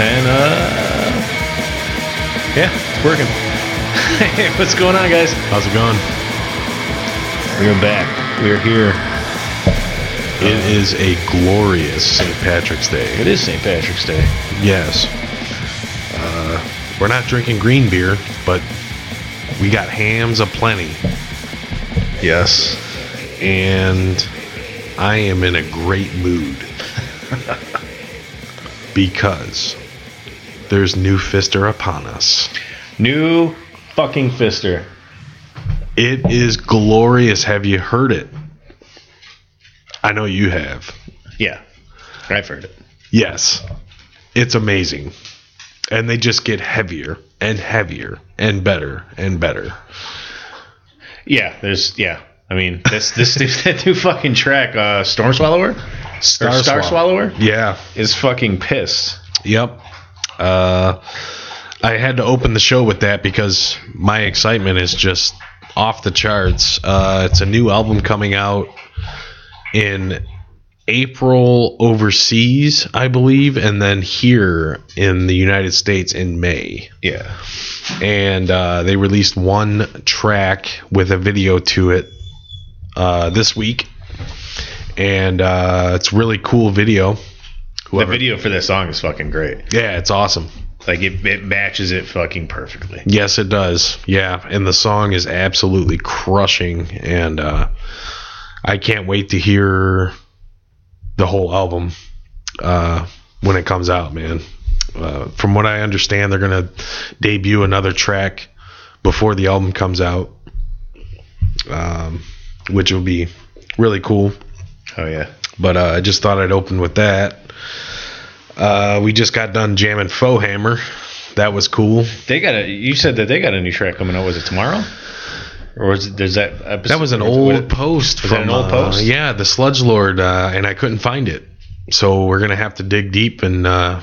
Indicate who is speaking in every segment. Speaker 1: And uh, yeah, it's working. hey, what's going on, guys?
Speaker 2: How's it going?
Speaker 1: We're back. We're here.
Speaker 2: It is a glorious St. Patrick's Day.
Speaker 1: It is St. Patrick's Day.
Speaker 2: Yes. Uh, we're not drinking green beer, but we got hams aplenty. Yes. And I am in a great mood because there's new Fister upon us.
Speaker 1: New fucking Fister.
Speaker 2: It is glorious. Have you heard it? I know you have.
Speaker 1: Yeah, I've heard it.
Speaker 2: Yes. It's amazing. And they just get heavier and heavier and better and better.
Speaker 1: Yeah, there's yeah. I mean, this this that new fucking track, uh, Storm Swallower, Star, Star Swallower,
Speaker 2: Yeah.
Speaker 1: is fucking pissed.
Speaker 2: Yep. Uh, I had to open the show with that because my excitement is just off the charts. Uh, it's a new album coming out in April overseas, I believe, and then here in the United States in May.
Speaker 1: Yeah,
Speaker 2: and uh, they released one track with a video to it uh, this week, and uh, it's really cool video.
Speaker 1: the
Speaker 2: Whoever-
Speaker 1: video for that song is fucking great.
Speaker 2: yeah, it's awesome.
Speaker 1: Like it, it matches it fucking perfectly.
Speaker 2: Yes, it does. Yeah, and the song is absolutely crushing, and uh, I can't wait to hear the whole album uh, when it comes out, man. Uh, from what I understand, they're gonna debut another track before the album comes out, um, which will be really cool.
Speaker 1: Oh yeah.
Speaker 2: But uh, I just thought I'd open with that. Uh, we just got done jamming Foe Hammer. That was cool.
Speaker 1: They got a. You said that they got a new track coming out. Was it tomorrow? Or was it, does that episode?
Speaker 2: That was an
Speaker 1: or
Speaker 2: old
Speaker 1: it-
Speaker 2: post
Speaker 1: was that
Speaker 2: from
Speaker 1: an old
Speaker 2: uh,
Speaker 1: post?
Speaker 2: Yeah, the Sludge Lord, uh, and I couldn't find it, so we're gonna have to dig deep. And uh,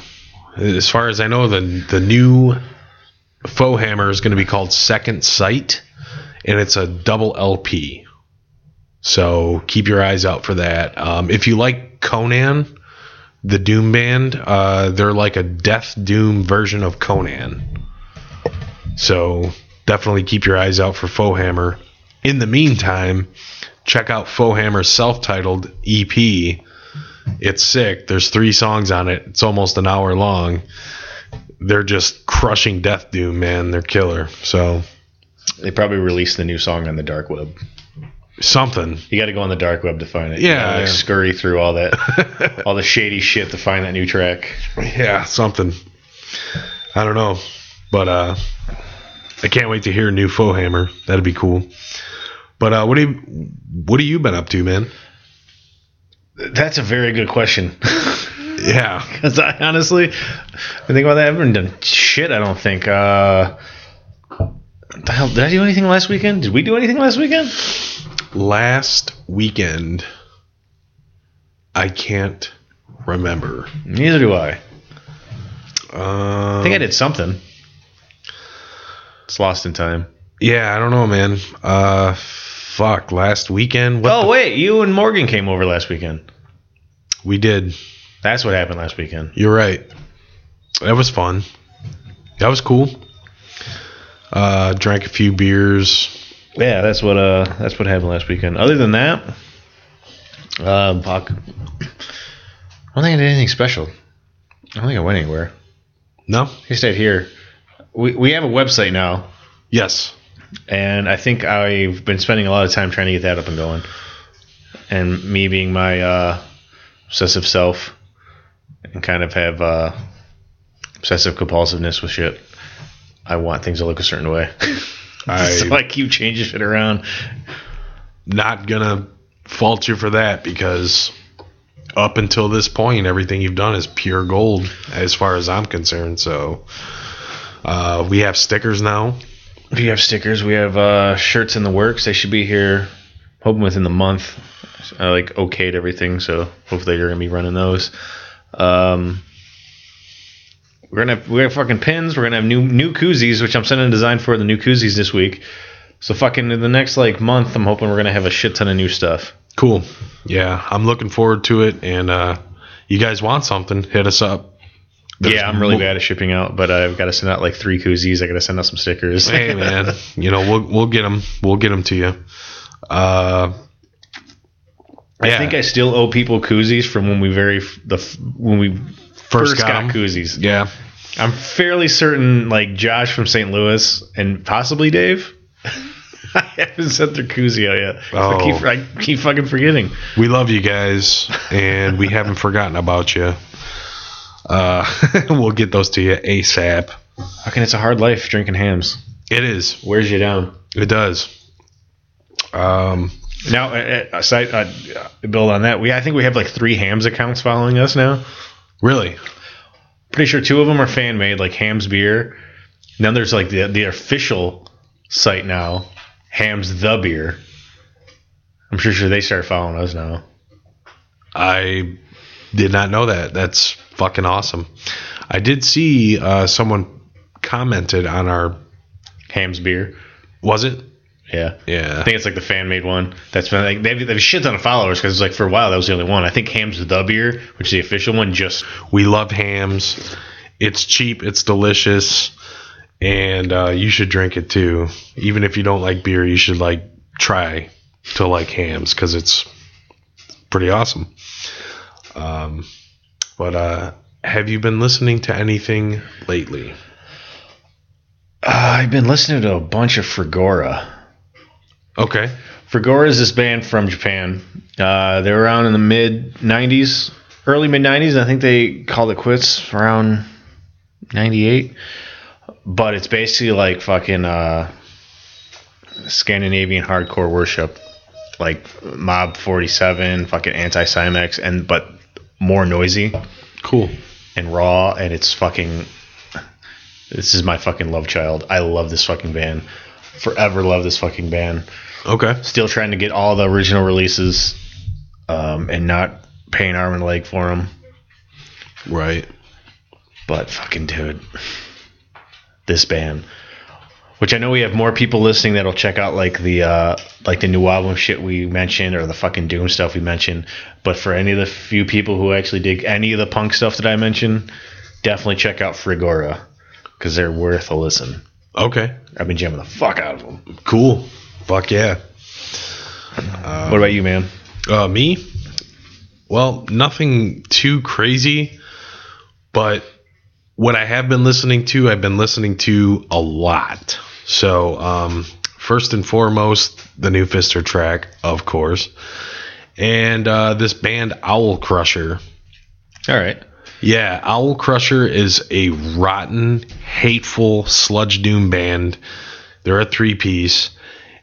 Speaker 2: as far as I know, the the new faux hammer is gonna be called Second Sight, and it's a double LP. So keep your eyes out for that. Um, if you like Conan, the Doom Band, uh, they're like a Death Doom version of Conan. So definitely keep your eyes out for Faux Hammer. In the meantime, check out Faux Hammer's self-titled EP. It's sick. There's three songs on it. It's almost an hour long. They're just crushing Death Doom, man. They're killer. So
Speaker 1: They probably released the new song on the dark web.
Speaker 2: something.
Speaker 1: You got to go on the dark web to find it.
Speaker 2: Yeah,
Speaker 1: You gotta, like
Speaker 2: yeah.
Speaker 1: scurry through all that, all the shady shit to find that new track.
Speaker 2: Yeah, something. I don't know. But uh I can't wait to hear new Faux Hammer. That'd be cool. But uh what do you what have you been up to, man?
Speaker 1: That's a very good question.
Speaker 2: Yeah.
Speaker 1: Because I honestly, I think about that. I haven't done shit. I don't think. Uh, the hell, did I do anything last weekend? Did we do anything last weekend?
Speaker 2: last weekend i can't remember
Speaker 1: Neither do I.
Speaker 2: um,
Speaker 1: I think I did something. It's lost in time.
Speaker 2: yeah i don't know man uh fuck last weekend what
Speaker 1: Oh wait, you and Morgan came over last weekend.
Speaker 2: the- we did
Speaker 1: That's what happened last weekend.
Speaker 2: you're right that was fun that was cool uh drank a few beers
Speaker 1: Yeah, that's what uh that's what happened last weekend. Other than that, um, fuck. I don't think I did anything special. I don't think I went anywhere.
Speaker 2: no
Speaker 1: I stayed here. We we have a website now.
Speaker 2: yes
Speaker 1: and I think I've been spending a lot of time trying to get that up and going. And me being my uh, obsessive self, and kind of have uh, obsessive compulsiveness with shit. I want things to look a certain way, so
Speaker 2: i'm
Speaker 1: I keep changing shit around.
Speaker 2: not gonna fault you for that because up until this point, everything you've done is pure gold as far as I'm concerned. So uh, we have stickers now.
Speaker 1: We have stickers. We have uh, shirts in the works. They should be here, hoping within the month. I like okayed everything, so hopefully they're gonna be running those. Um, we're gonna have, we're gonna have fucking pins. We're gonna have new new koozies, which I'm sending a design for the new koozies this week. So fucking in the next like month, I'm hoping we're gonna have a shit ton of new stuff.
Speaker 2: Cool. Yeah, I'm looking forward to it. And uh, you guys want something? Hit us up. There's
Speaker 1: yeah, I'm really
Speaker 2: mo-
Speaker 1: bad at shipping out, but I've got to send out like three koozies. I got to send out some stickers.
Speaker 2: hey man, you know we'll we'll get them we'll get them to you. Uh,
Speaker 1: I think I still owe people koozies from when we very f- the f- when we first,
Speaker 2: got
Speaker 1: got,
Speaker 2: 'em.
Speaker 1: koozies.
Speaker 2: yeah.
Speaker 1: I'm fairly certain like Josh from St. Louis and possibly Dave. I haven't sent their koozie out yet. 'Cause I, keep, I keep fucking forgetting.
Speaker 2: We love you guys, and we haven't forgotten about you. Uh, we'll get those to you ASAP.
Speaker 1: Fucking, it's a hard life drinking hams.
Speaker 2: It is.
Speaker 1: Wears you down.
Speaker 2: It does. Um,
Speaker 1: Now, uh, uh, aside, uh, uh, build on that. We I think we have like three hams accounts following us now.
Speaker 2: really,
Speaker 1: Pretty sure two of them are fan made, like Hams Beer. And then there's like the the official site now, Hams the Beer. I'm sure sure they start following us now.
Speaker 2: I did not know that. That's fucking awesome. I did see uh, someone commented on our.
Speaker 1: Hams Beer.
Speaker 2: Was it?
Speaker 1: Yeah.
Speaker 2: Yeah.
Speaker 1: I think it's like the fan made one that's been like they've, they've a shit ton of followers because it's like for a while that was the only one. I think Hams the beer, which is the official one, just
Speaker 2: We love hams. It's cheap. It's delicious, and uh, you should drink it too. Even if you don't like beer, you should like try to like hams because it's pretty awesome. Um, but uh, have you been listening to anything lately?
Speaker 1: I've been listening to a bunch of Fragora.
Speaker 2: Okay.
Speaker 1: Fragora is this band from Japan. Uh, they were around in the mid '90s, early mid '90s. I think they called it quits around '98. But it's basically like fucking uh, Scandinavian hardcore worship, like Mob 47, fucking Anti-Cymex, and but more noisy
Speaker 2: Cool.
Speaker 1: and raw and it's fucking this is my fucking love child i love this fucking band forever love this fucking band
Speaker 2: Okay.
Speaker 1: still trying to get all the original releases um, and not paying arm and leg for them
Speaker 2: Right.
Speaker 1: but fucking dude this band which i know we have more people listening that'll check out like the uh like the new album shit we mentioned or the fucking doom stuff we mentioned but for any of the few people who actually dig any of the punk stuff that i mentioned definitely check out frigora because they're worth a listen
Speaker 2: Okay.
Speaker 1: i've been jamming the fuck out of them
Speaker 2: Cool. Fuck yeah.
Speaker 1: what about you man
Speaker 2: Uh, me? Well, nothing too crazy, but what I have been listening to, I've been listening to a lot. So, um, first and foremost, the new Fister track, of course, and uh, this band Owl Crusher.
Speaker 1: all right
Speaker 2: Yeah, Owl Crusher is a rotten, hateful sludge doom band. They're a three piece,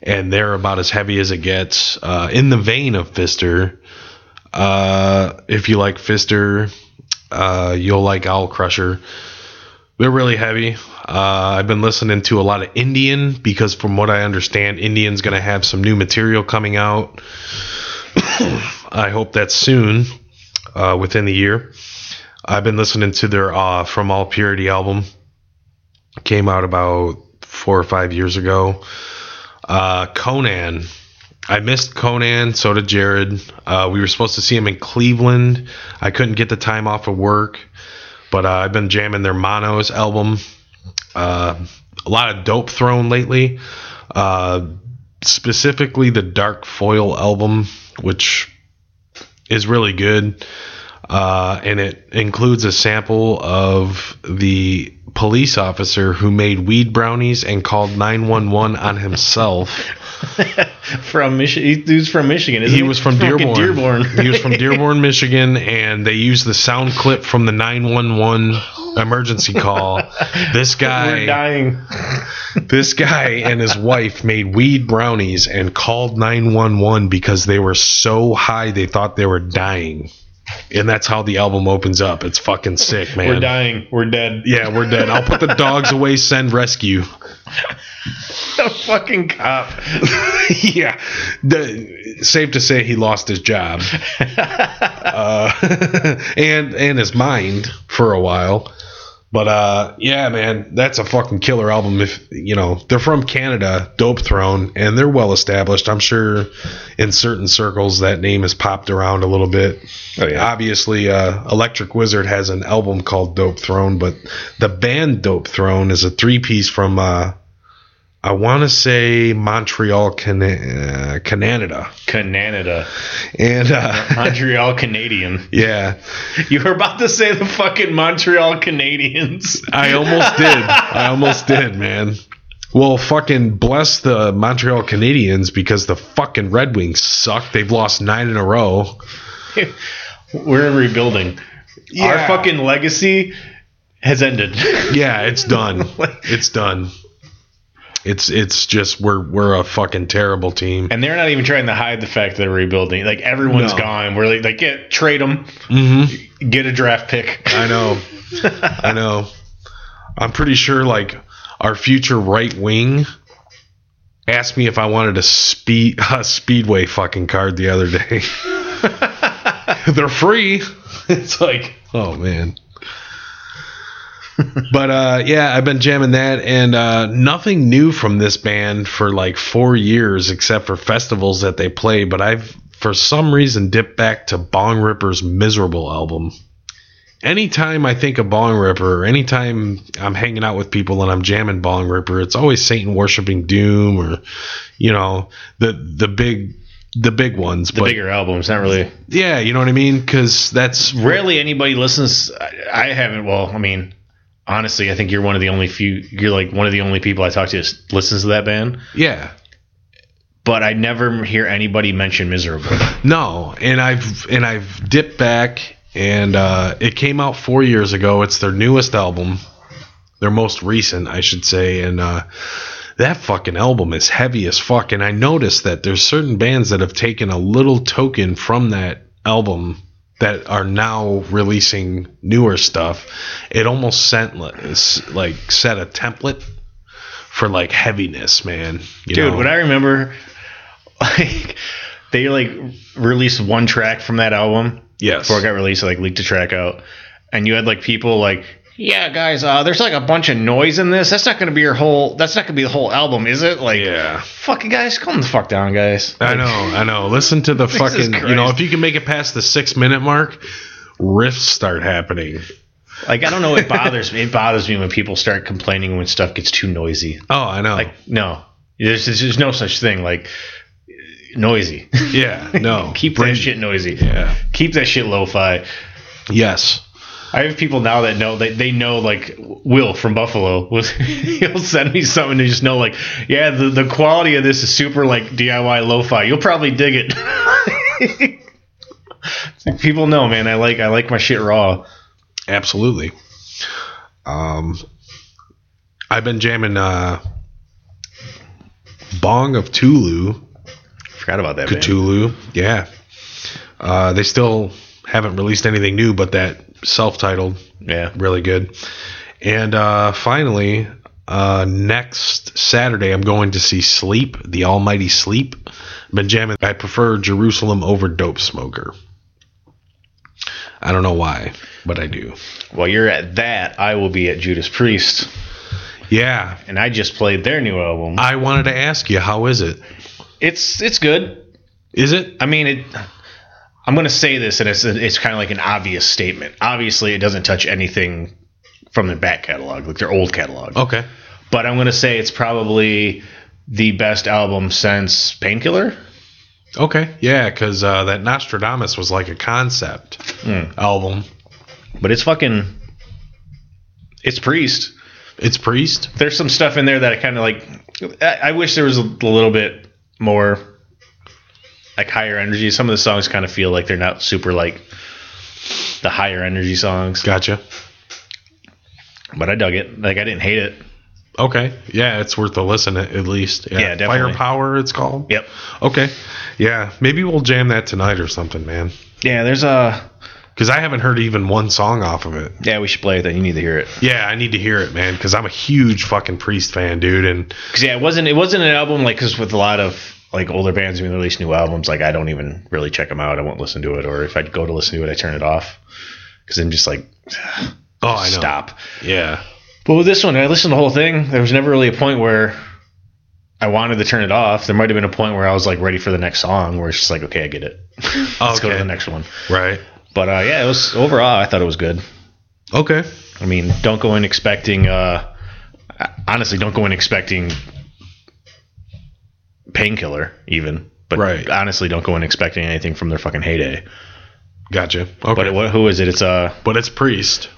Speaker 2: and they're about as heavy as it gets. Uh, in the vein of Fister, uh, if you like Fister, uh, you'll like Owl Crusher. They're really heavy. Uh, I've been listening to a lot of Indian because, from what I understand, Indian's going to have some new material coming out. I hope that's soon, uh, within the year. I've been listening to their uh, From All Purity album. Came out about four or five years ago. Uh, Conan. I missed Conan, so did Jared. Uh, we were supposed to see him in Cleveland. I couldn't get the time off of work, but uh, I've been jamming their Monos album. Uh, a lot of dope thrown lately. Uh, specifically the Dark Foil album, which is really good uh, and it includes a sample of the police officer who made weed brownies and called 911 on himself.
Speaker 1: from michigan dude's from michigan isn't
Speaker 2: He was from
Speaker 1: Fucking
Speaker 2: Dearborn. he was from Dearborn, Michigan, and they used the sound clip from the 911 emergency call. This
Speaker 1: we're
Speaker 2: guy,
Speaker 1: dying
Speaker 2: this guy, and his wife made weed brownies and called 911 because they were so high they thought they were dying. And that's how the album opens up. It's fucking sick, man.
Speaker 1: we're dying we're dead
Speaker 2: Yeah, we're dead. I'll put the dogs away, send rescue.
Speaker 1: the fucking cop
Speaker 2: yeah. The, safe to say he lost his job. uh, and and his mind for a while. But uh, yeah, man, that's a fucking killer album. If you know they're from Canada, Dope Throne, and they're well established. I'm sure in certain circles that name has popped around a little bit.
Speaker 1: Oh, yeah.
Speaker 2: Obviously, uh, Electric Wizard has an album called Dope Throne, but the band Dope Throne is a three piece from uh, I want to say Montreal, Can- uh, Canada,
Speaker 1: Canada.
Speaker 2: and uh,
Speaker 1: Montreal Canadian.
Speaker 2: yeah,
Speaker 1: You were about to say the fucking Montreal Canadians.
Speaker 2: I almost did. I almost did, man. Well, fucking bless the Montreal Canadiens because the fucking Red Wings suck. They've lost nine in a row.
Speaker 1: We're rebuilding. Our
Speaker 2: Yeah.
Speaker 1: fucking legacy has ended.
Speaker 2: Yeah, it's done. it's done. It's it's just we're we're a fucking terrible team.
Speaker 1: and they're not even trying to hide the fact they're rebuilding. Like everyone's
Speaker 2: No.
Speaker 1: gone. We're like, like get trade them,
Speaker 2: Mm-hmm.
Speaker 1: get a draft pick.
Speaker 2: I know. I know. I'm pretty sure like our future right wing asked me if I wanted a speed a speedway fucking card the other day. They're free.
Speaker 1: it's like
Speaker 2: Oh man. but uh, yeah, I've been jamming that, and uh, nothing new from this band for like four years, except for festivals that they play. But I've for some reason dipped back to Bong Ripper's "Miserable" album. Anytime I think of Bong Ripper, or anytime I'm hanging out with people and I'm jamming Bong Ripper, it's always Satan worshiping Doom or, you know, the the big the big ones.
Speaker 1: the
Speaker 2: but
Speaker 1: bigger albums. Not really.
Speaker 2: yeah, you know what I mean? Because that's
Speaker 1: Rarely anybody listens. I, I haven't. Well, I mean, honestly, I think you're one of the only few. You're like one of the only people I talk to that listens to that band.
Speaker 2: yeah.
Speaker 1: But I never hear anybody mention miserable.
Speaker 2: No, and I've and I've dipped back, and uh, it came out four years ago. It's their newest album, their most recent, I should say, and uh, that fucking album is heavy as fuck. And I noticed that there's certain bands that have taken a little token from that album that are now releasing newer stuff. It almost sent li- s- like set a template for like heaviness, man. You
Speaker 1: Dude,
Speaker 2: know?
Speaker 1: what I remember, like they like released one track from that album
Speaker 2: yes,
Speaker 1: before it got released, like leaked a track out, and you had like people like, yeah, guys, uh, there's like a bunch of noise in this. That's not gonna be your whole. That's not gonna be the whole album, is it? Like,
Speaker 2: yeah.
Speaker 1: fucking guys, calm the fuck down, guys.
Speaker 2: I know, I know. Listen to the
Speaker 1: Jesus
Speaker 2: fucking. You know,
Speaker 1: Christ.
Speaker 2: if you can make it past the six minute mark, riffs start happening.
Speaker 1: Like, I don't know. It bothers me. It bothers me when people start complaining when stuff gets too noisy.
Speaker 2: Oh, I know.
Speaker 1: Like, no, there's there's, there's no such thing. Like, noisy.
Speaker 2: yeah, no.
Speaker 1: Keep
Speaker 2: Bring-
Speaker 1: that shit noisy.
Speaker 2: Yeah.
Speaker 1: Keep that shit lo-fi.
Speaker 2: Yes.
Speaker 1: I have people now that know that they know like Will from Buffalo was he'll send me something to just know like yeah the, the quality of this is super like DIY lo-fi you'll probably dig it. It's like, people know man I like I like my shit raw.
Speaker 2: Absolutely. Um, I've been jamming uh, Bong of Tulu.
Speaker 1: Forgot about that. Man.
Speaker 2: Cthulhu. Yeah. Uh, they still haven't released anything new, but that self titled
Speaker 1: Yeah.
Speaker 2: really good. And uh, finally, uh, next Saturday, I'm going to see Sleep, the Almighty Sleep. Benjamin, I prefer Jerusalem over Dope Smoker. I don't know why, but I do.
Speaker 1: While you're at that I will be at Judas Priest
Speaker 2: Yeah,
Speaker 1: and I just played their new album.
Speaker 2: I wanted to ask you, how is it?
Speaker 1: It's it's good.
Speaker 2: Is it?
Speaker 1: I mean it. I'm gonna say this and it's it's kind of like an obvious statement. Obviously it doesn't touch anything from their back catalog like their old catalog.
Speaker 2: Okay.
Speaker 1: but I'm gonna say it's probably the best album since Painkiller.
Speaker 2: Okay. Yeah, because uh, that Nostradamus was like a concept
Speaker 1: Hmm.
Speaker 2: album.
Speaker 1: But it's fucking, it's Priest.
Speaker 2: It's Priest.
Speaker 1: There's some stuff in there that I kind of like. I, I wish there was a little bit more, like higher energy. Some of the songs kind of feel like they're not super like the higher energy songs.
Speaker 2: Gotcha.
Speaker 1: But I dug it. Like I didn't hate it.
Speaker 2: Okay. Yeah, it's worth a listen at, at least.
Speaker 1: Yeah, definitely.
Speaker 2: Firepower, it's called.
Speaker 1: Yep.
Speaker 2: Okay. Yeah, maybe we'll jam that tonight or something, man.
Speaker 1: Yeah. There's a.
Speaker 2: Because I haven't heard even one song off of it.
Speaker 1: Yeah, we should play it. Then you need to hear it.
Speaker 2: Yeah, I need to hear it, man. Because I'm a huge fucking Priest fan, dude. And
Speaker 1: Cause yeah, it wasn't it wasn't an album like because with a lot of like older bands when they release new albums, like I don't even really check them out. I won't listen to it, or if I go to listen to it, I turn it off because I'm just like
Speaker 2: Oh, I know.
Speaker 1: Stop.
Speaker 2: Yeah.
Speaker 1: But with this one, I listened to the whole thing. There was never really a point where I wanted to turn it off. There might have been a point where I was like ready for the next song, where it's just like, okay, I get it. Let's go to
Speaker 2: Okay.
Speaker 1: the next one.
Speaker 2: Right.
Speaker 1: But uh, yeah, it was overall. I thought it was good.
Speaker 2: Okay.
Speaker 1: I mean, don't go in expecting. Uh, honestly, don't go in expecting painkiller even. But
Speaker 2: Right.
Speaker 1: honestly, don't go in expecting anything from their fucking heyday.
Speaker 2: Gotcha. Okay.
Speaker 1: But
Speaker 2: But,
Speaker 1: it, what, who is it? It's uh,
Speaker 2: it's Priest.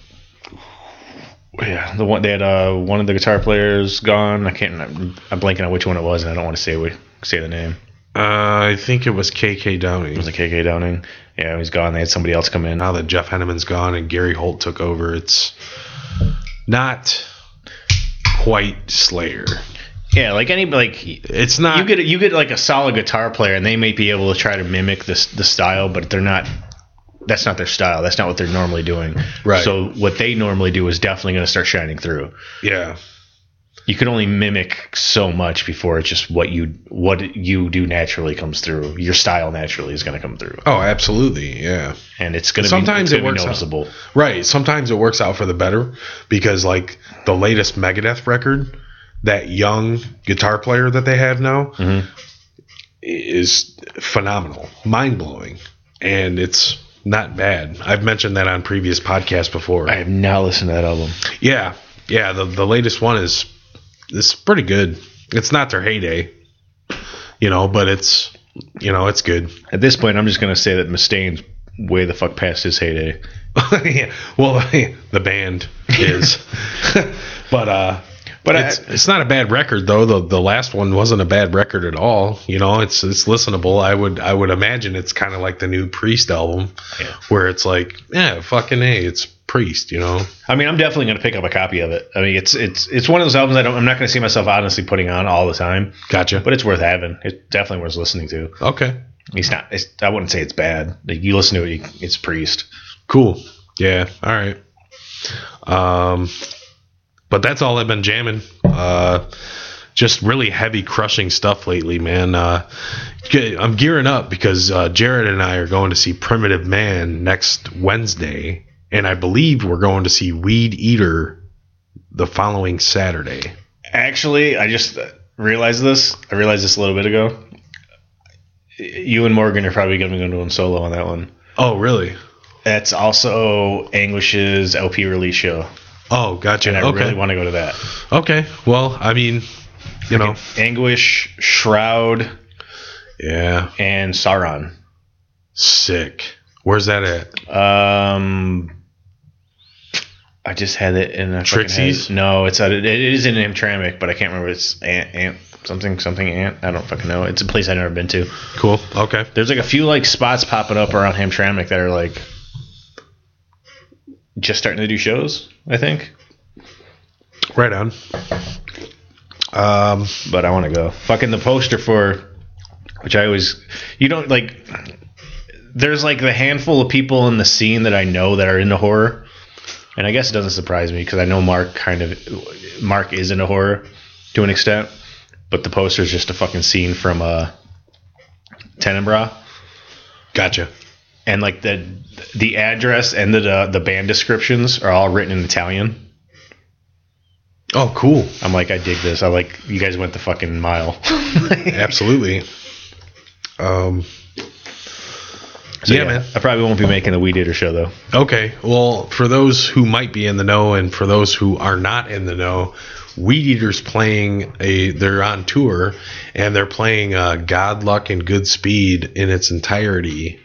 Speaker 1: yeah, the one they had uh, one of the guitar players gone. I can't. I'm, I'm blanking on which one it was, and I don't want to say we say the name.
Speaker 2: Uh, I think it was KK Downey.
Speaker 1: It was a KK Downing. Yeah, he's gone. They had somebody else come in.
Speaker 2: now that Jeff Henneman's gone and Gary Holt took over, it's not quite Slayer.
Speaker 1: Yeah, like any like you
Speaker 2: It's not.
Speaker 1: get you get like a solid guitar player, and they may be able to try to mimic this the style, but they're not. That's not their style. That's not what they're normally doing.
Speaker 2: Right.
Speaker 1: So what they normally do is definitely going to start shining through.
Speaker 2: yeah.
Speaker 1: You can only mimic so much before it's just what you what you do naturally comes through. Your style naturally is going to come through,
Speaker 2: Oh, absolutely. Yeah.
Speaker 1: and it's going to
Speaker 2: Sometimes
Speaker 1: be,
Speaker 2: it
Speaker 1: it's gonna
Speaker 2: works
Speaker 1: be
Speaker 2: out.
Speaker 1: noticeable.
Speaker 2: Right. Sometimes it works out for the better because, like, the latest Megadeth record, that young guitar player that they have now
Speaker 1: Mhm.
Speaker 2: is phenomenal, mind blowing, and it's not bad. I've mentioned that on previous podcasts before.
Speaker 1: I have not listened to that album.
Speaker 2: Yeah, yeah. The the latest one is it's pretty good. It's not their heyday, you know, but it's you know it's good.
Speaker 1: At this point, I'm just going to say that Mustaine's way the fuck past his heyday.
Speaker 2: yeah. Well, the band is, but uh,
Speaker 1: But
Speaker 2: but
Speaker 1: I-
Speaker 2: it's, it's not a bad record though. The the last one wasn't a bad record at all. You know, it's it's listenable. I would I would imagine it's kind of like the new Priest album,
Speaker 1: Yeah.
Speaker 2: where it's like yeah, fucking a, it's Priest. You know,
Speaker 1: I mean, I'm definitely going to pick up a copy of it. I mean, it's it's it's one of those albums I don't. I'm not going to see myself honestly putting on all the time,
Speaker 2: gotcha.
Speaker 1: but it's worth having. It's definitely worth listening to.
Speaker 2: okay,
Speaker 1: It's not. It's, I wouldn't say it's bad. Like you listen to it, you, it's Priest.
Speaker 2: cool. Yeah, all right. Um, but that's all I've been jamming. Uh, just really heavy crushing stuff lately, man. Uh, ge- I'm gearing up because uh, Jared and I are going to see Primitive Man next Wednesday, and I believe we're going to see Weed Eater the following Saturday.
Speaker 1: Actually, I just realized this. I realized this a little bit ago. You and Morgan are probably going to be going solo on that one.
Speaker 2: Oh, really?
Speaker 1: That's also Anguish's LP release show,
Speaker 2: Oh, gotcha.
Speaker 1: and I
Speaker 2: okay.
Speaker 1: really want to go to that.
Speaker 2: okay. Well, I mean, you know,
Speaker 1: Anguish, Shroud,
Speaker 2: yeah,
Speaker 1: and Sauron.
Speaker 2: sick. Where's that at?
Speaker 1: Um, I just had it in a fucking
Speaker 2: Trixie's?
Speaker 1: head. No, it's at, it is in Hamtramck, but I can't remember. It's Ant Ant something something Ant. I don't fucking know. It's a place I've never been to.
Speaker 2: Cool. Okay.
Speaker 1: There's like a few like spots popping up around Hamtramck that are like just starting to do shows. I think,
Speaker 2: Right on. Um,
Speaker 1: but I want to go. Fucking the poster for which I always you don't like. There's like the handful of people in the scene that I know that are into horror, and I guess it doesn't surprise me because I know Mark kind of Mark is into horror to an extent, but the poster is just a fucking scene from uh, Tenenbra,
Speaker 2: gotcha.
Speaker 1: and like the the address and the uh, the, the band descriptions are all written in Italian.
Speaker 2: Oh, cool.
Speaker 1: I'm like, I dig this. I like you guys went the fucking mile.
Speaker 2: Absolutely. Um,
Speaker 1: So,
Speaker 2: yeah, man.
Speaker 1: I probably won't be making the Weed Eater show though.
Speaker 2: Okay. Well, for those who might be in the know and for those who are not in the know, Weed Eater's playing a they're on tour and they're playing uh, God Luck and Good Speed in its entirety,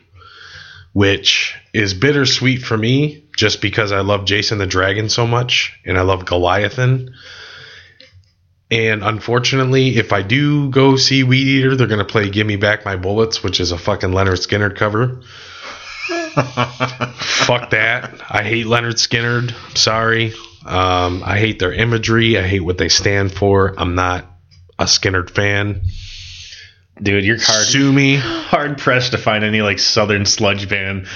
Speaker 2: which is bittersweet for me just because I love Jason the Dragon so much and I love Goliathan. And unfortunately, if I do go see Weed Eater, they're going to play Give Me Back My Bullets, which is a fucking Leonard Skinner cover fuck that. I hate Leonard Skinnerd. I'm sorry. Um, I hate their imagery. I hate what they stand for. I'm not a Skinnerd fan.
Speaker 1: Dude, your card
Speaker 2: Sue me.
Speaker 1: hard pressed to find any like southern sludge band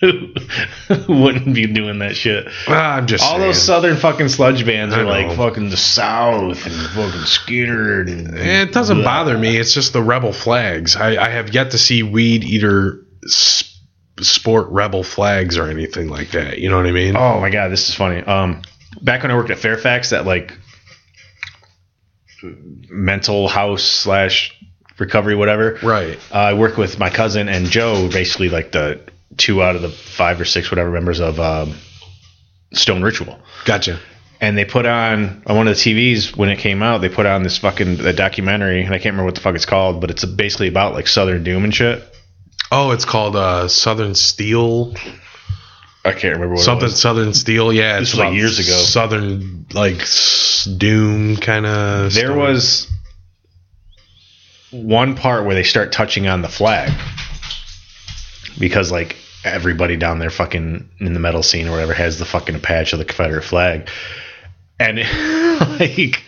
Speaker 1: who wouldn't be doing that shit.
Speaker 2: Ah, I'm just
Speaker 1: All
Speaker 2: saying.
Speaker 1: those southern fucking sludge bands
Speaker 2: I
Speaker 1: are like
Speaker 2: know.
Speaker 1: fucking the South and fucking Skinner and
Speaker 2: Eh, It doesn't bother me. It's just the rebel flags. I, I have yet to see Weed Eater s- sport rebel flags or anything like that. You know what I mean?
Speaker 1: Oh my god, this is funny. Um, back when I worked at Fairfax, that like mental house slash recovery whatever.
Speaker 2: Right.
Speaker 1: Uh, I work with my cousin and Joe, basically like the two out of the five or six whatever members of um, Stone Ritual.
Speaker 2: Gotcha.
Speaker 1: And they put on on one of the TVs when it came out. They put on this fucking the documentary, and I can't remember what the fuck it's called, but it's basically about like Southern Doom and shit.
Speaker 2: Oh, it's called uh, Southern Steel.
Speaker 1: I can't remember what
Speaker 2: Something
Speaker 1: It was.
Speaker 2: Southern Steel. Yeah,
Speaker 1: This
Speaker 2: it's
Speaker 1: was, like,
Speaker 2: about
Speaker 1: years ago.
Speaker 2: Southern like s- doom kind of.
Speaker 1: There was one part where they start touching on the flag because like everybody down there fucking in the metal scene or whatever has the fucking patch of the Confederate flag, and like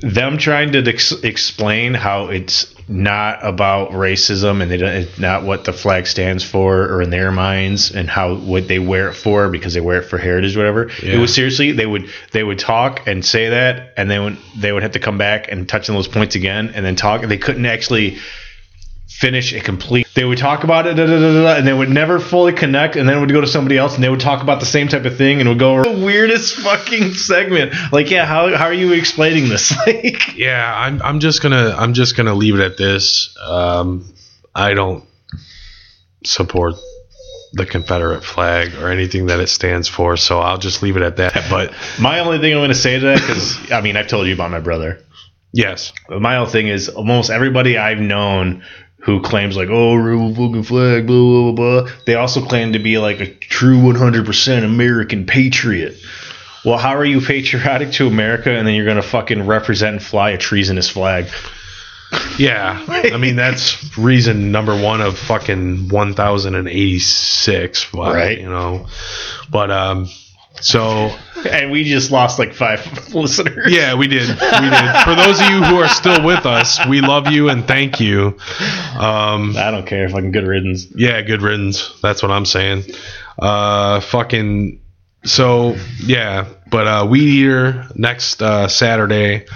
Speaker 1: them trying to ex- explain how it's not about racism and they don't, it's not what the flag stands for or in their minds and how what they wear it for because they wear it for heritage whatever
Speaker 2: Yeah.
Speaker 1: it was seriously they would they would talk and say that and then they would have to come back and touch on those points again and then talk and they couldn't actually finish a complete they would talk about it da, da, da, da, da, and they would never fully connect and then it would go to somebody else and they would talk about the same type of thing and it would go over the weirdest fucking segment like yeah how, how are you explaining this like
Speaker 2: Yeah, I'm. I'm just gonna. I'm just gonna leave it at this. Um, I don't support the Confederate flag or anything that it stands for, so I'll just leave it at that. But
Speaker 1: My only thing I'm going to say to that, because I mean, I've told you about my brother.
Speaker 2: yes,
Speaker 1: But my only thing is, almost everybody I've known who claims like, "Oh, rebel fucking flag," blah blah blah, blah, they also claim to be like a true 100% American patriot. Well, how are you patriotic to America, and then you're going to fucking represent and fly a treasonous flag?
Speaker 2: yeah. I mean that's reason number one of fucking one thousand and eighty six.
Speaker 1: Right.
Speaker 2: You know, but um, so
Speaker 1: And we just lost like five listeners.
Speaker 2: Yeah, we did. We did. For those of you who are still with us, we love you and thank you. Um,
Speaker 1: I don't care. Fucking good riddance.
Speaker 2: yeah, good riddance. That's what I'm saying. Uh, fucking. So yeah, but uh, Weed Eater next uh, Saturday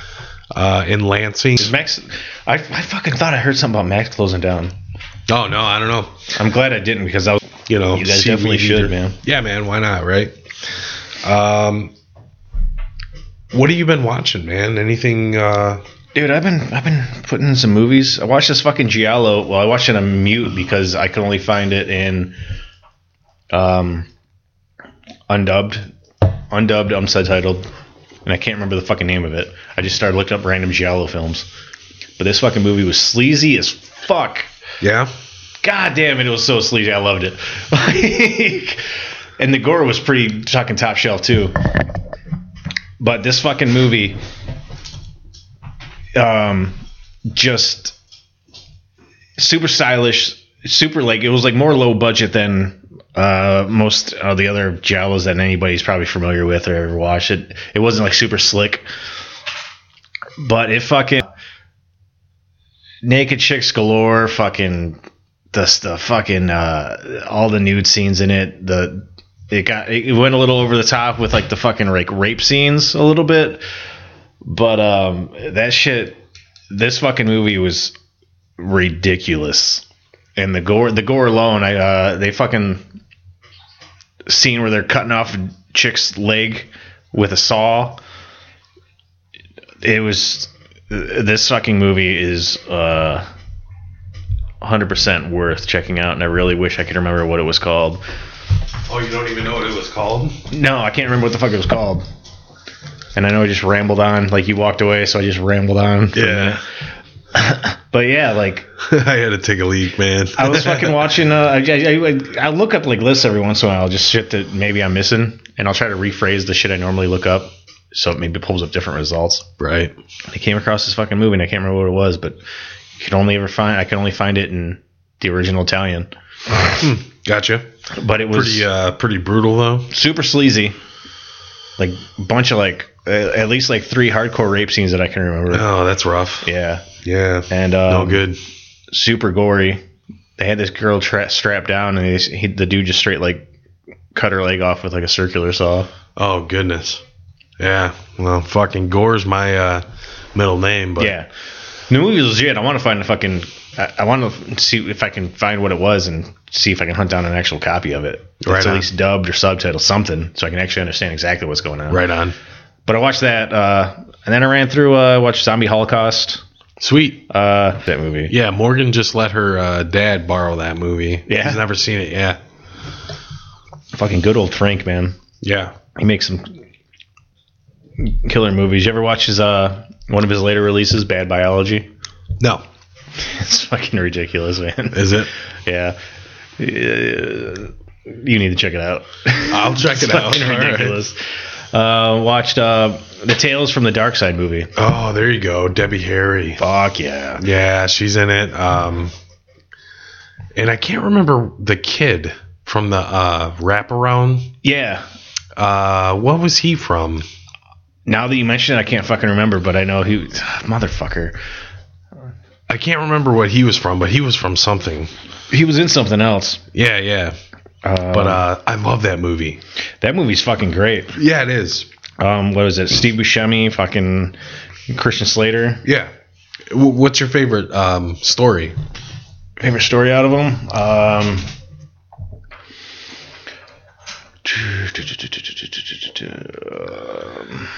Speaker 2: uh, in Lansing.
Speaker 1: Max, I, I fucking thought I heard something about Max closing down.
Speaker 2: Oh no, I don't know.
Speaker 1: I'm glad I didn't because I was.
Speaker 2: You know,
Speaker 1: You guys
Speaker 2: see
Speaker 1: definitely
Speaker 2: Weed
Speaker 1: should,
Speaker 2: Eater.
Speaker 1: man.
Speaker 2: Yeah, man. Why not? Right. Um, what have you been watching, man? Anything? Uh,
Speaker 1: Dude, I've been I've been putting in some movies. I watched this fucking Giallo. Well, I watched it on mute because I could only find it in um undubbed, undubbed, unsubtitled, and I can't remember the fucking name of it. I just started looking up random Giallo films. But this fucking movie was sleazy as fuck.
Speaker 2: yeah.
Speaker 1: God damn it, it was so sleazy. I loved it. Like, and the gore was pretty fucking top shelf too. But this fucking movie, um, just super stylish, super like it was like more low budget than uh most of the other giallos that anybody's probably familiar with or ever watched. It it wasn't like super slick, but it fucking naked chicks galore, fucking the the fucking uh, all the nude scenes in it. The it got it went a little over the top with like the fucking like rape scenes a little bit, but um that shit. This fucking movie was ridiculous, and the gore the gore alone. I uh, they fucking scene where they're cutting off a chick's leg with a saw. It was this fucking movie is uh 100% worth checking out, and I really wish I could remember what it was called.
Speaker 2: Oh, you don't even know what it was called.
Speaker 1: No, I can't remember what the fuck it was called. And I know I just rambled on, like you walked away, so I just rambled on. for a
Speaker 2: Yeah.
Speaker 1: minute. But yeah, like
Speaker 2: I had to take a leak, man.
Speaker 1: I was fucking watching. Uh, I, I, I, I look up like lists every once in a while, just shit that maybe I'm missing, and I'll try to rephrase the shit I normally look up, so it maybe pulls up different results.
Speaker 2: right.
Speaker 1: I came across this fucking movie, and I can't remember what it was, but you could only ever find. I could only find it in the original Italian,
Speaker 2: Gotcha.
Speaker 1: but it was
Speaker 2: Pretty uh pretty brutal though.
Speaker 1: super sleazy. Like bunch of like uh, at least like three hardcore rape scenes that I can remember.
Speaker 2: Oh, that's rough.
Speaker 1: Yeah,
Speaker 2: Yeah.
Speaker 1: and um,
Speaker 2: no Oh, good.
Speaker 1: super gory. They had this girl tra- strapped down, and they, he, the dude just straight like cut her leg off with like a circular saw.
Speaker 2: Oh goodness. Yeah. Well, fucking Gore's my uh middle name, but
Speaker 1: yeah, the movie was legit. I want to find the fucking I, I want to see if I can find what it was and see if I can hunt down an actual copy of it. It's
Speaker 2: Right
Speaker 1: at
Speaker 2: on.
Speaker 1: least dubbed or subtitled something, so I can actually understand exactly what's going on.
Speaker 2: Right on.
Speaker 1: But I watched that, uh, and then I ran through. Uh, I watched Zombie Holocaust.
Speaker 2: Sweet.
Speaker 1: Uh, that movie.
Speaker 2: Yeah, Morgan just let her uh, dad borrow that movie.
Speaker 1: Yeah?
Speaker 2: He's never seen it. Yeah.
Speaker 1: Fucking good old Frank, man.
Speaker 2: Yeah.
Speaker 1: He makes some killer movies. You ever watch his uh, one of his later releases, Bad Biology?
Speaker 2: No.
Speaker 1: It's fucking ridiculous, man.
Speaker 2: Is it?
Speaker 1: yeah. Uh, You need to check it out.
Speaker 2: I'll check it
Speaker 1: It's
Speaker 2: out.
Speaker 1: fucking
Speaker 2: All right.
Speaker 1: ridiculous. Uh, watched uh, the Tales from the Dark Side movie.
Speaker 2: Oh, there you go. Debbie Harry.
Speaker 1: Fuck yeah.
Speaker 2: Yeah, she's in it. Um, and I can't remember the kid from the uh, wraparound.
Speaker 1: Yeah.
Speaker 2: Uh, what was he from?
Speaker 1: Now that you mention it, I can't fucking remember, but I know he motherfucker.
Speaker 2: I can't remember what he was from, but he was from something.
Speaker 1: He was in something else.
Speaker 2: Yeah, yeah.
Speaker 1: Uh,
Speaker 2: But uh, I love that movie.
Speaker 1: that movie's fucking great.
Speaker 2: Yeah, it is.
Speaker 1: Um, what was it? Steve Buscemi, fucking Christian Slater.
Speaker 2: Yeah. W- what's your favorite um, story?
Speaker 1: Favorite story out of them? Um, um,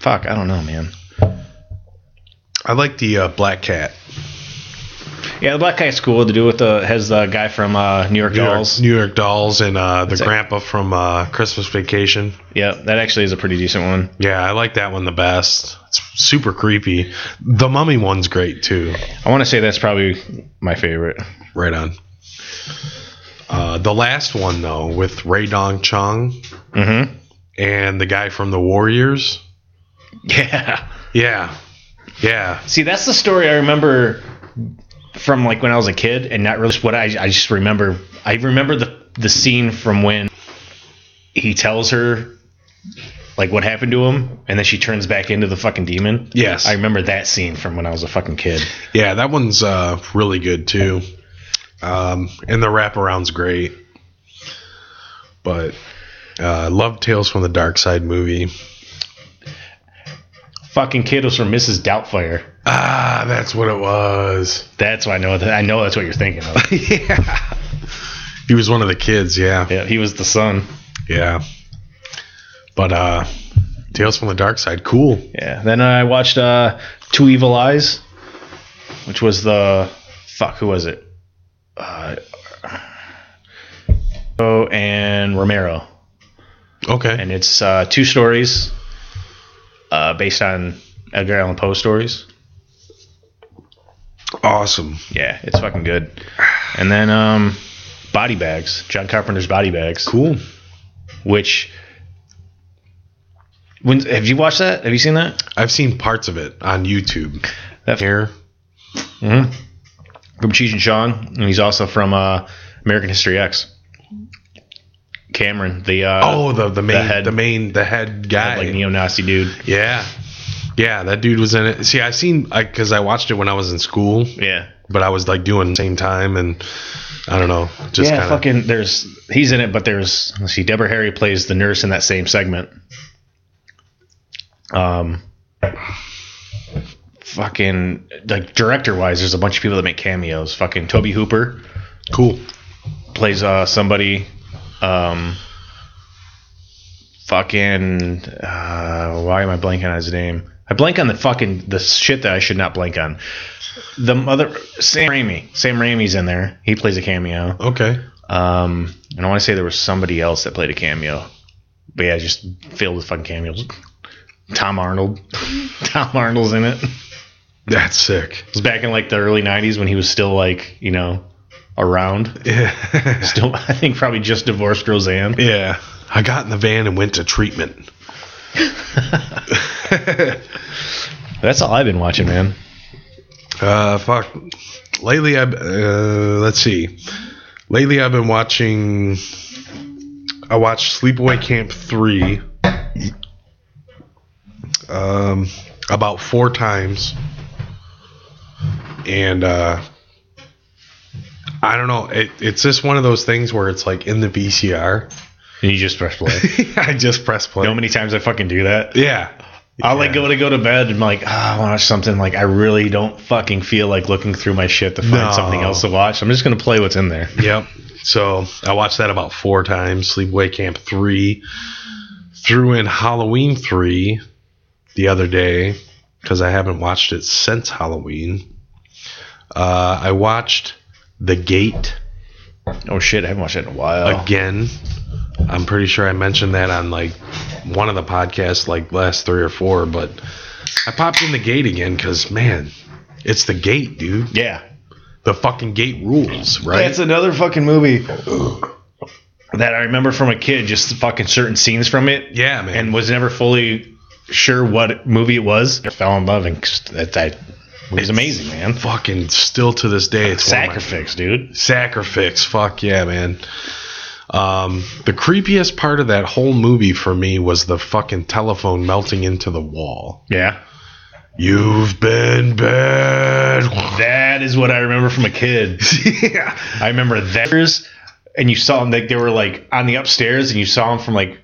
Speaker 1: fuck, I don't know, man.
Speaker 2: I like the uh, Black Cat.
Speaker 1: Yeah, the black guy's cool to do with the has the guy from uh, New York
Speaker 2: New York,
Speaker 1: Dolls.
Speaker 2: New York Dolls and uh, the
Speaker 1: it.
Speaker 2: grandpa from uh, Christmas Vacation.
Speaker 1: Yeah, that actually is a pretty decent one.
Speaker 2: Yeah, I like that one the best. It's super creepy. The Mummy one's great too.
Speaker 1: I want to say that's probably my favorite.
Speaker 2: Right on. Uh, the last one though, with Ray Dong Chung
Speaker 1: Mm-hmm.
Speaker 2: and the guy from the Warriors.
Speaker 1: Yeah.
Speaker 2: Yeah, yeah,
Speaker 1: See, that's the story I remember from like when I was a kid, and not really what I, I just remember. I remember the the scene from when he tells her like what happened to him, and then she turns back into the fucking demon.
Speaker 2: Yes.
Speaker 1: I remember that scene from when I was a fucking kid.
Speaker 2: yeah. That one's uh, really good too. Um, and the wraparound's great. But uh, love Tales from the Dark Side movie.
Speaker 1: Fucking kid was from Mrs. Doubtfire.
Speaker 2: Ah, that's what it was.
Speaker 1: That's why I know that. I know that's what you're thinking of.
Speaker 2: yeah. He was one of the kids. Yeah.
Speaker 1: yeah, he was the son.
Speaker 2: Yeah. But uh Tales from the Dark Side, cool.
Speaker 1: Yeah. Then I watched uh, Two Evil Eyes, which was the fuck. Who was it? Uh, oh, and Romero,
Speaker 2: Okay.
Speaker 1: and it's uh, two stories uh, based on Edgar Allan Poe stories.
Speaker 2: awesome.
Speaker 1: Yeah, it's fucking good. And then um, Body Bags, John Carpenter's Body Bags,
Speaker 2: Cool.
Speaker 1: which. When, have you watched that? Have you seen that?
Speaker 2: I've seen parts of it on YouTube.
Speaker 1: That-
Speaker 2: Here.
Speaker 1: from Cheech and Chong, and he's also from uh, American History X. Cameron, the uh,
Speaker 2: Oh, the the main the,
Speaker 1: head-
Speaker 2: main the head guy.
Speaker 1: like neo-Nazi dude.
Speaker 2: yeah. Yeah, that dude was in it. See, I seen I cuz I watched it when I was in school,
Speaker 1: Yeah,
Speaker 2: but I was like doing the same time and I don't know, just
Speaker 1: yeah.
Speaker 2: kind of
Speaker 1: Fucking, there's he's in it, but there's let's see, Deborah Harry plays the nurse in that same segment. Um, fucking like director-wise, there's a bunch of people that make cameos. Fucking Toby Hooper
Speaker 2: cool.
Speaker 1: plays uh somebody. Um, fucking uh, why am I blanking on his name? I blank on the fucking the shit that I should not blank on. The mother Sam Raimi. Sam Raimi's in there. He plays a cameo.
Speaker 2: Okay.
Speaker 1: Um, and I want to say there was somebody else that played a cameo, but yeah, just filled with fucking cameos. Tom Arnold. Tom Arnold's in it. It
Speaker 2: That's sick.
Speaker 1: was back in like the early '90s when he was still like you know around.
Speaker 2: Yeah.
Speaker 1: Still, I think probably just divorced Roseanne.
Speaker 2: yeah. I got in the van and went to treatment.
Speaker 1: That's all I've been watching, man.
Speaker 2: Uh, fuck. Lately, I've uh, let's see. Lately, I've been watching. I watched Sleepaway Camp three. Um, about four times. And uh, I don't know. It, it's just one of those things where it's like in the VCR.
Speaker 1: You just press play.
Speaker 2: I just press play.
Speaker 1: know how many times I fucking do that?
Speaker 2: Yeah.
Speaker 1: I'll like go to go to bed and like ah, I want to watch something. Like I really don't fucking feel like looking through my shit to find
Speaker 2: No.
Speaker 1: something else to watch. I'm just gonna play what's in there.
Speaker 2: Yep. So I watched that about four times. Sleepaway Camp three, threw in Halloween three the other day because I haven't watched it since Halloween. Uh, I watched The Gate
Speaker 1: Oh shit, I haven't watched that in a while.
Speaker 2: again. I'm pretty sure I mentioned that on like one of the podcasts, like last three or four. But I popped in The Gate again because man, it's The Gate, dude.
Speaker 1: yeah,
Speaker 2: The fucking Gate rules, right?
Speaker 1: That's another fucking movie that I remember from a kid, just the fucking certain scenes from it,
Speaker 2: yeah, man.
Speaker 1: and was never fully sure what movie it was. I fell in love, and that, that was amazing, man.
Speaker 2: fucking still to this day it's one of my-
Speaker 1: Sacrifice, dude.
Speaker 2: sacrifice fuck yeah man um the creepiest part of that whole movie for me was the fucking telephone melting into the wall
Speaker 1: Yeah.
Speaker 2: you've been bad
Speaker 1: That is what I remember from a kid.
Speaker 2: yeah
Speaker 1: I remember that. And you saw them, like, they were like on the upstairs, and you saw them from like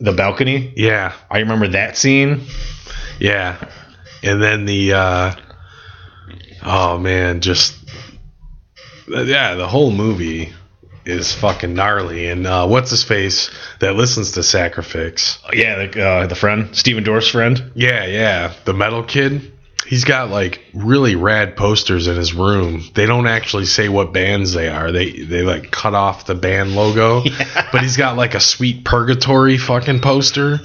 Speaker 1: the balcony.
Speaker 2: yeah
Speaker 1: I remember that scene.
Speaker 2: yeah and then the uh oh man just yeah the whole movie is fucking gnarly and uh what's his face that listens to sacrifice
Speaker 1: Yeah, like uh, the friend, Stephen Dorff's friend.
Speaker 2: Yeah, yeah. The metal kid. He's got like really rad posters in his room. They don't actually say what bands they are. They they like cut off the band logo. But he's got like a sweet purgatory fucking poster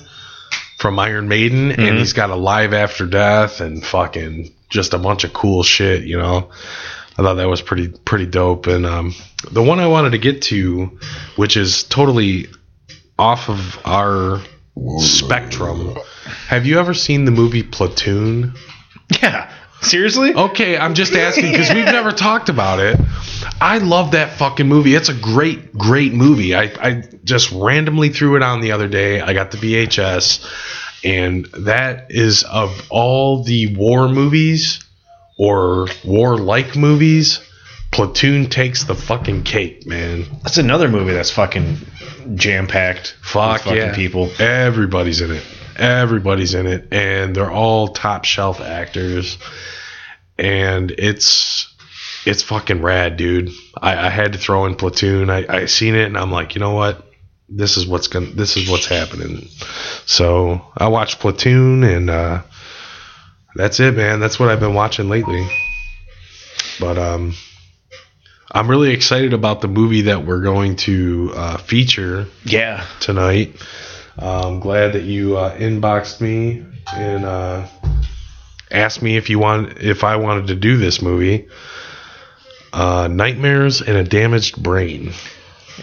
Speaker 2: from Iron Maiden and he's got a live after death and fucking just a bunch of cool shit, you know. I thought that was pretty pretty dope and um the one I wanted to get to which is totally off of our spectrum. Have you ever seen the movie Platoon?
Speaker 1: Yeah. Seriously?
Speaker 2: Okay, I'm just asking because we've never talked about it. I love that fucking movie. It's a great, great movie. I, I just randomly threw it on the other day. I got the VHS, and that is of all the war movies or war like movies, Platoon takes the fucking cake, man.
Speaker 1: That's another movie that's fucking jam packed.
Speaker 2: Fuck
Speaker 1: fucking
Speaker 2: yeah.
Speaker 1: people.
Speaker 2: Everybody's in it. Everybody's in it, and they're all top shelf actors. And it's it's fucking rad, dude. I, I had to throw in Platoon. I, I seen it, and I'm like, you know what? This is what's going. to This is what's happening. So I watched Platoon, and uh, that's it, man. That's what I've been watching lately. But um, I'm really excited about the movie that we're going to uh, feature
Speaker 1: Yeah.
Speaker 2: tonight. I'm glad that you uh, inboxed me and uh, asked me if you want if I wanted to do this movie. Uh, Nightmares and a Damaged Brain.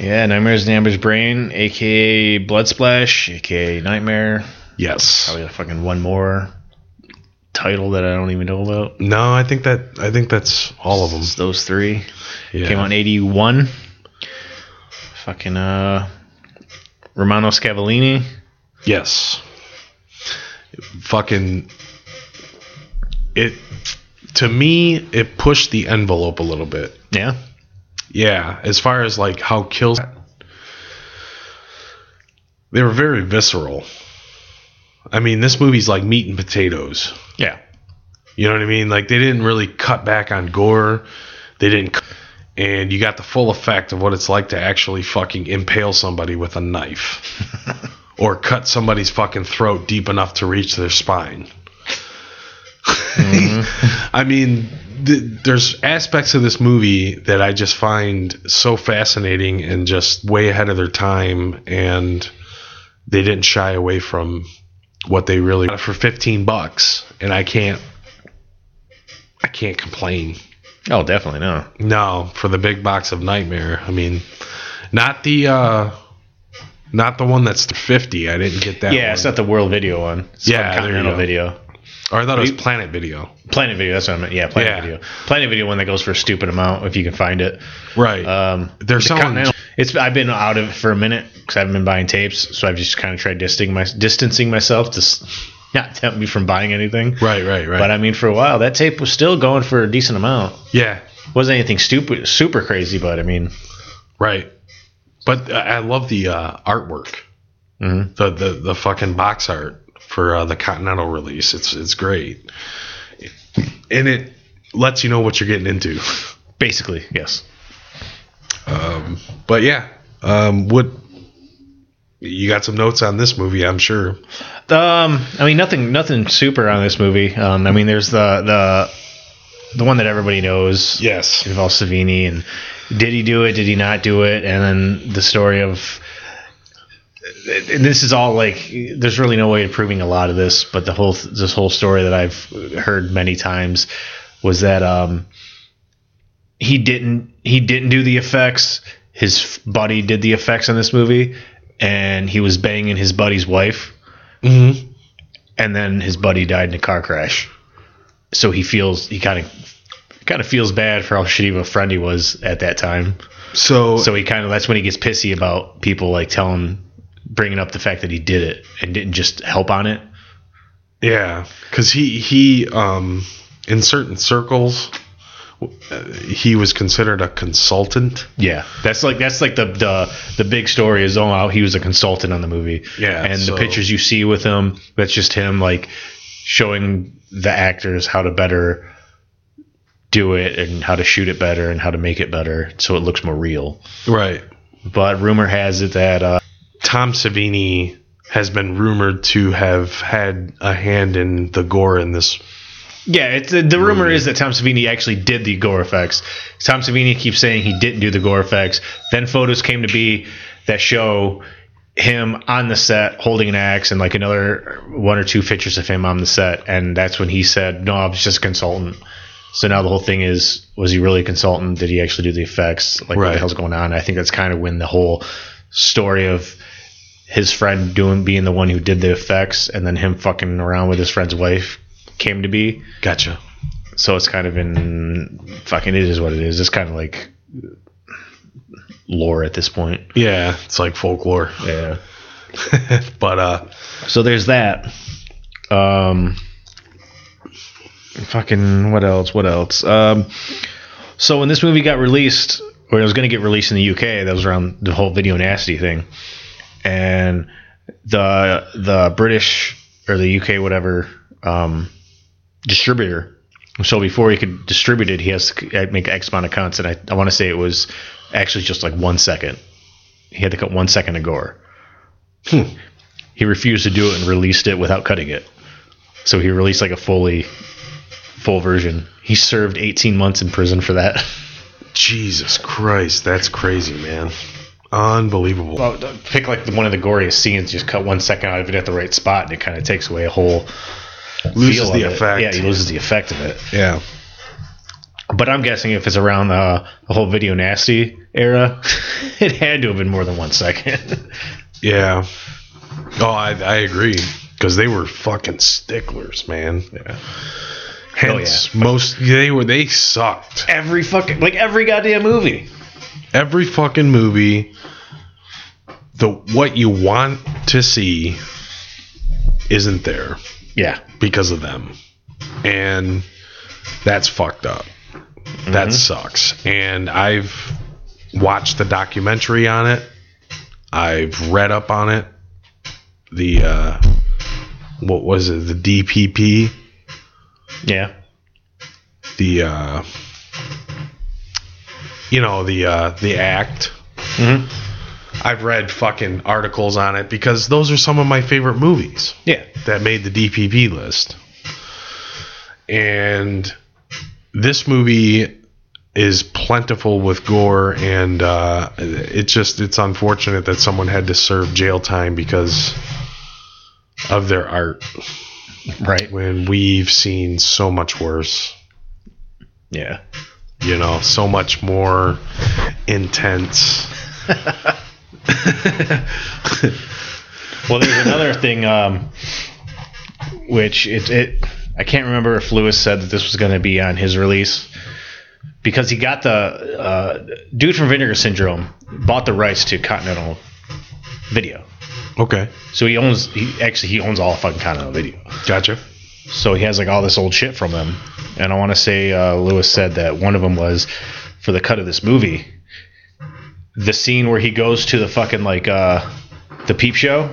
Speaker 1: Yeah, Nightmares in the Amber's Brain, aka Blood Splash, aka Nightmare.
Speaker 2: Yes.
Speaker 1: Probably got fucking one more title that I don't even know about.
Speaker 2: No, I think that I think that's all of them.
Speaker 1: It's those three.
Speaker 2: Yeah.
Speaker 1: Came out in 81. Fucking uh Romano Scavallini.
Speaker 2: Yes. Fucking it to me it pushed the envelope a little bit.
Speaker 1: Yeah.
Speaker 2: Yeah, as far as like how kills, they were very visceral. I mean, this movie's like meat and potatoes.
Speaker 1: Yeah.
Speaker 2: You know what I mean? Like they didn't really cut back on gore. They didn't, cu- and you got the full effect of what it's like to actually fucking impale somebody with a knife, or cut somebody's fucking throat deep enough to reach their spine. I mean, th- there's aspects of this movie that I just find so fascinating and just way ahead of their time, and they didn't shy away from what they really for 15 bucks, and I can't I can't complain.
Speaker 1: Oh, definitely no.
Speaker 2: No, for the big box of Nightmare. I mean, not the uh not the one that's 50. I didn't get that
Speaker 1: Yeah,
Speaker 2: one.
Speaker 1: it's not the World Video one. It's
Speaker 2: Yeah,
Speaker 1: fucking
Speaker 2: there you
Speaker 1: Continental
Speaker 2: go.
Speaker 1: Video.
Speaker 2: or I thought it was Planet Video.
Speaker 1: Planet Video, that's what I meant. Yeah, Planet
Speaker 2: Yeah.
Speaker 1: Video. Planet Video one that goes for a stupid amount if you can find it.
Speaker 2: Right.
Speaker 1: Um,
Speaker 2: They're
Speaker 1: the
Speaker 2: selling-
Speaker 1: Continental- It's I've been out of it for a minute because I haven't been buying tapes, so I've just kind of tried distancing, my, distancing myself to s- not tempt me from buying anything.
Speaker 2: right, right, right.
Speaker 1: But uh, I mean, for a while, that tape was still going for a decent amount.
Speaker 2: yeah.
Speaker 1: wasn't anything stupid, super crazy, but I mean,
Speaker 2: Right. But I I love the uh artwork.
Speaker 1: Mhm.
Speaker 2: The the the fucking box art. for uh, the Continental release. It's it's great, and it lets you know what you're getting into.
Speaker 1: Basically, yes.
Speaker 2: Um, but yeah, um, what you got some notes on this movie? I'm sure.
Speaker 1: Um, I mean nothing, nothing super on this movie. Um, I mean there's the the the one that everybody knows.
Speaker 2: Yes.
Speaker 1: It involves Savini and did he do it? Did he not do it? And then the story of and this is all like there's really no way of proving a lot of this, but the whole this whole story that I've heard many times was that um he didn't he didn't do the effects. His f- buddy did the effects on this movie, and he was banging his buddy's wife
Speaker 2: Mm-hmm.
Speaker 1: and then his buddy died in a car crash. So he feels he kind of kind of feels bad for how shitty of a friend he was at that time.
Speaker 2: So,
Speaker 1: So he kind of that's when he gets pissy about people like telling bringing up the fact that he did it and didn't just help on it.
Speaker 2: yeah, because he he um, in certain circles uh, he was considered a consultant.
Speaker 1: Yeah, that's like that's like the the the big story is oh how he was a consultant on the movie.
Speaker 2: Yeah,
Speaker 1: and
Speaker 2: so-
Speaker 1: the pictures you see with him, that's just him like showing the actors how to better do it and how to shoot it better and how to make it better so it looks more real.
Speaker 2: Right.
Speaker 1: But rumor has it that uh,
Speaker 2: Tom Savini has been rumored to have had a hand in the gore in this.
Speaker 1: yeah, it's, the, the rumor is that Tom Savini actually did the gore effects. Tom Savini keeps saying he didn't do the gore effects. Then photos came to be that show him on the set holding an axe and like another one or two pictures of him on the set, and that's when he said, "No, I was just a consultant." So now the whole thing is, was he really a consultant? Did he actually do the effects? Like what
Speaker 2: Right.
Speaker 1: the hell's going on? I think that's kind of when the whole story of his friend doing being the one who did the effects and then him fucking around with his friend's wife came to be.
Speaker 2: Gotcha.
Speaker 1: So it's kind of in fucking it is what it is. It's kind of like lore at this point.
Speaker 2: Yeah, it's like folklore.
Speaker 1: Yeah.
Speaker 2: But uh,
Speaker 1: So there's that. Um fucking what else? What else? Um so when this movie got released or it was going to get released in the UK, that was around the whole video nasty thing. And the the British or the UK whatever um distributor. So before he could distribute it, he has to c- make X amount of cuts, and I, I want to say it was actually just like one second. He had to cut one second of gore. He refused to do it and released it without cutting it. So he released like a fully full version. He served 18 months in prison for that.
Speaker 2: Jesus Christ, that's crazy, man. Unbelievable.
Speaker 1: Well, pick like the, one of the goriest scenes, just cut one second out of it at the right spot, and it kind of takes away a whole
Speaker 2: Loses
Speaker 1: feel
Speaker 2: the
Speaker 1: of it.
Speaker 2: effect.
Speaker 1: Yeah, he loses the effect of it.
Speaker 2: yeah.
Speaker 1: But I'm guessing if it's around uh, the whole video nasty era, it had to have been more than one second.
Speaker 2: Yeah. Oh, I, I agree. Because they were fucking sticklers, man. Yeah. Hence, most they were they sucked.
Speaker 1: every fucking like every goddamn movie.
Speaker 2: Every fucking movie, the what you want to see isn't there
Speaker 1: Yeah,
Speaker 2: because of them, and that's fucked up. That sucks. And I've watched the documentary on it. I've read up on it. The uh, what was it? The DPP.
Speaker 1: yeah,
Speaker 2: The uh, you know the uh, the act.
Speaker 1: Mhm.
Speaker 2: I've read fucking articles on it because those are some of my favorite movies
Speaker 1: yeah.
Speaker 2: that made the DPP list. And this movie is plentiful with gore, and uh, it's just it's unfortunate that someone had to serve jail time because of their art.
Speaker 1: Right.
Speaker 2: When we've seen so much worse,
Speaker 1: Yeah.
Speaker 2: you know, so much more intense.
Speaker 1: Well, there's another thing, um, which it, it I can't remember if Lewis said that this was going to be on his release because he got the uh, dude from Vinegar Syndrome bought the rights to Continental Video,
Speaker 2: Okay,
Speaker 1: so he owns he actually he owns all fucking Continental Video.
Speaker 2: gotcha.
Speaker 1: So he has like all this old shit from them. And I want to say uh, Lewis said that one of them was for the cut of this movie, the scene where he goes to the fucking like uh, the peep show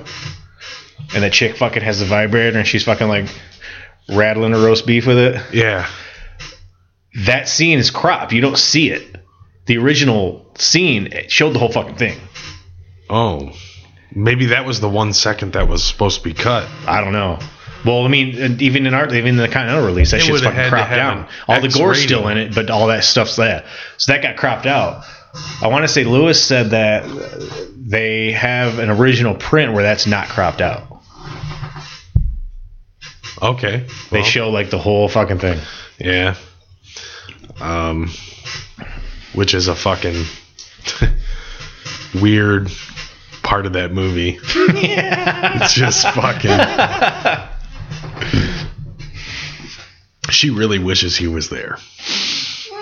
Speaker 1: and the chick fucking has the vibrator and she's fucking like rattling her roast beef with it.
Speaker 2: Yeah.
Speaker 1: That scene is crop. You don't see it. The original scene it showed the whole fucking thing.
Speaker 2: Oh, maybe that was the one second that was supposed to be cut.
Speaker 1: I don't know. Well, I mean, and even in art, even in the Continental release, that
Speaker 2: It
Speaker 1: shit's
Speaker 2: would've had
Speaker 1: fucking cropped
Speaker 2: to have
Speaker 1: down.
Speaker 2: an
Speaker 1: All the
Speaker 2: X
Speaker 1: gore's
Speaker 2: rating.
Speaker 1: still in it, but all that stuff's there. So that got cropped out. I want to say Lewis said that uh, they have an original print where that's not cropped out.
Speaker 2: Okay.
Speaker 1: They
Speaker 2: Well,
Speaker 1: show like the whole fucking thing.
Speaker 2: yeah. Um, which is a fucking weird part of that movie. It's just fucking. she really wishes he was there.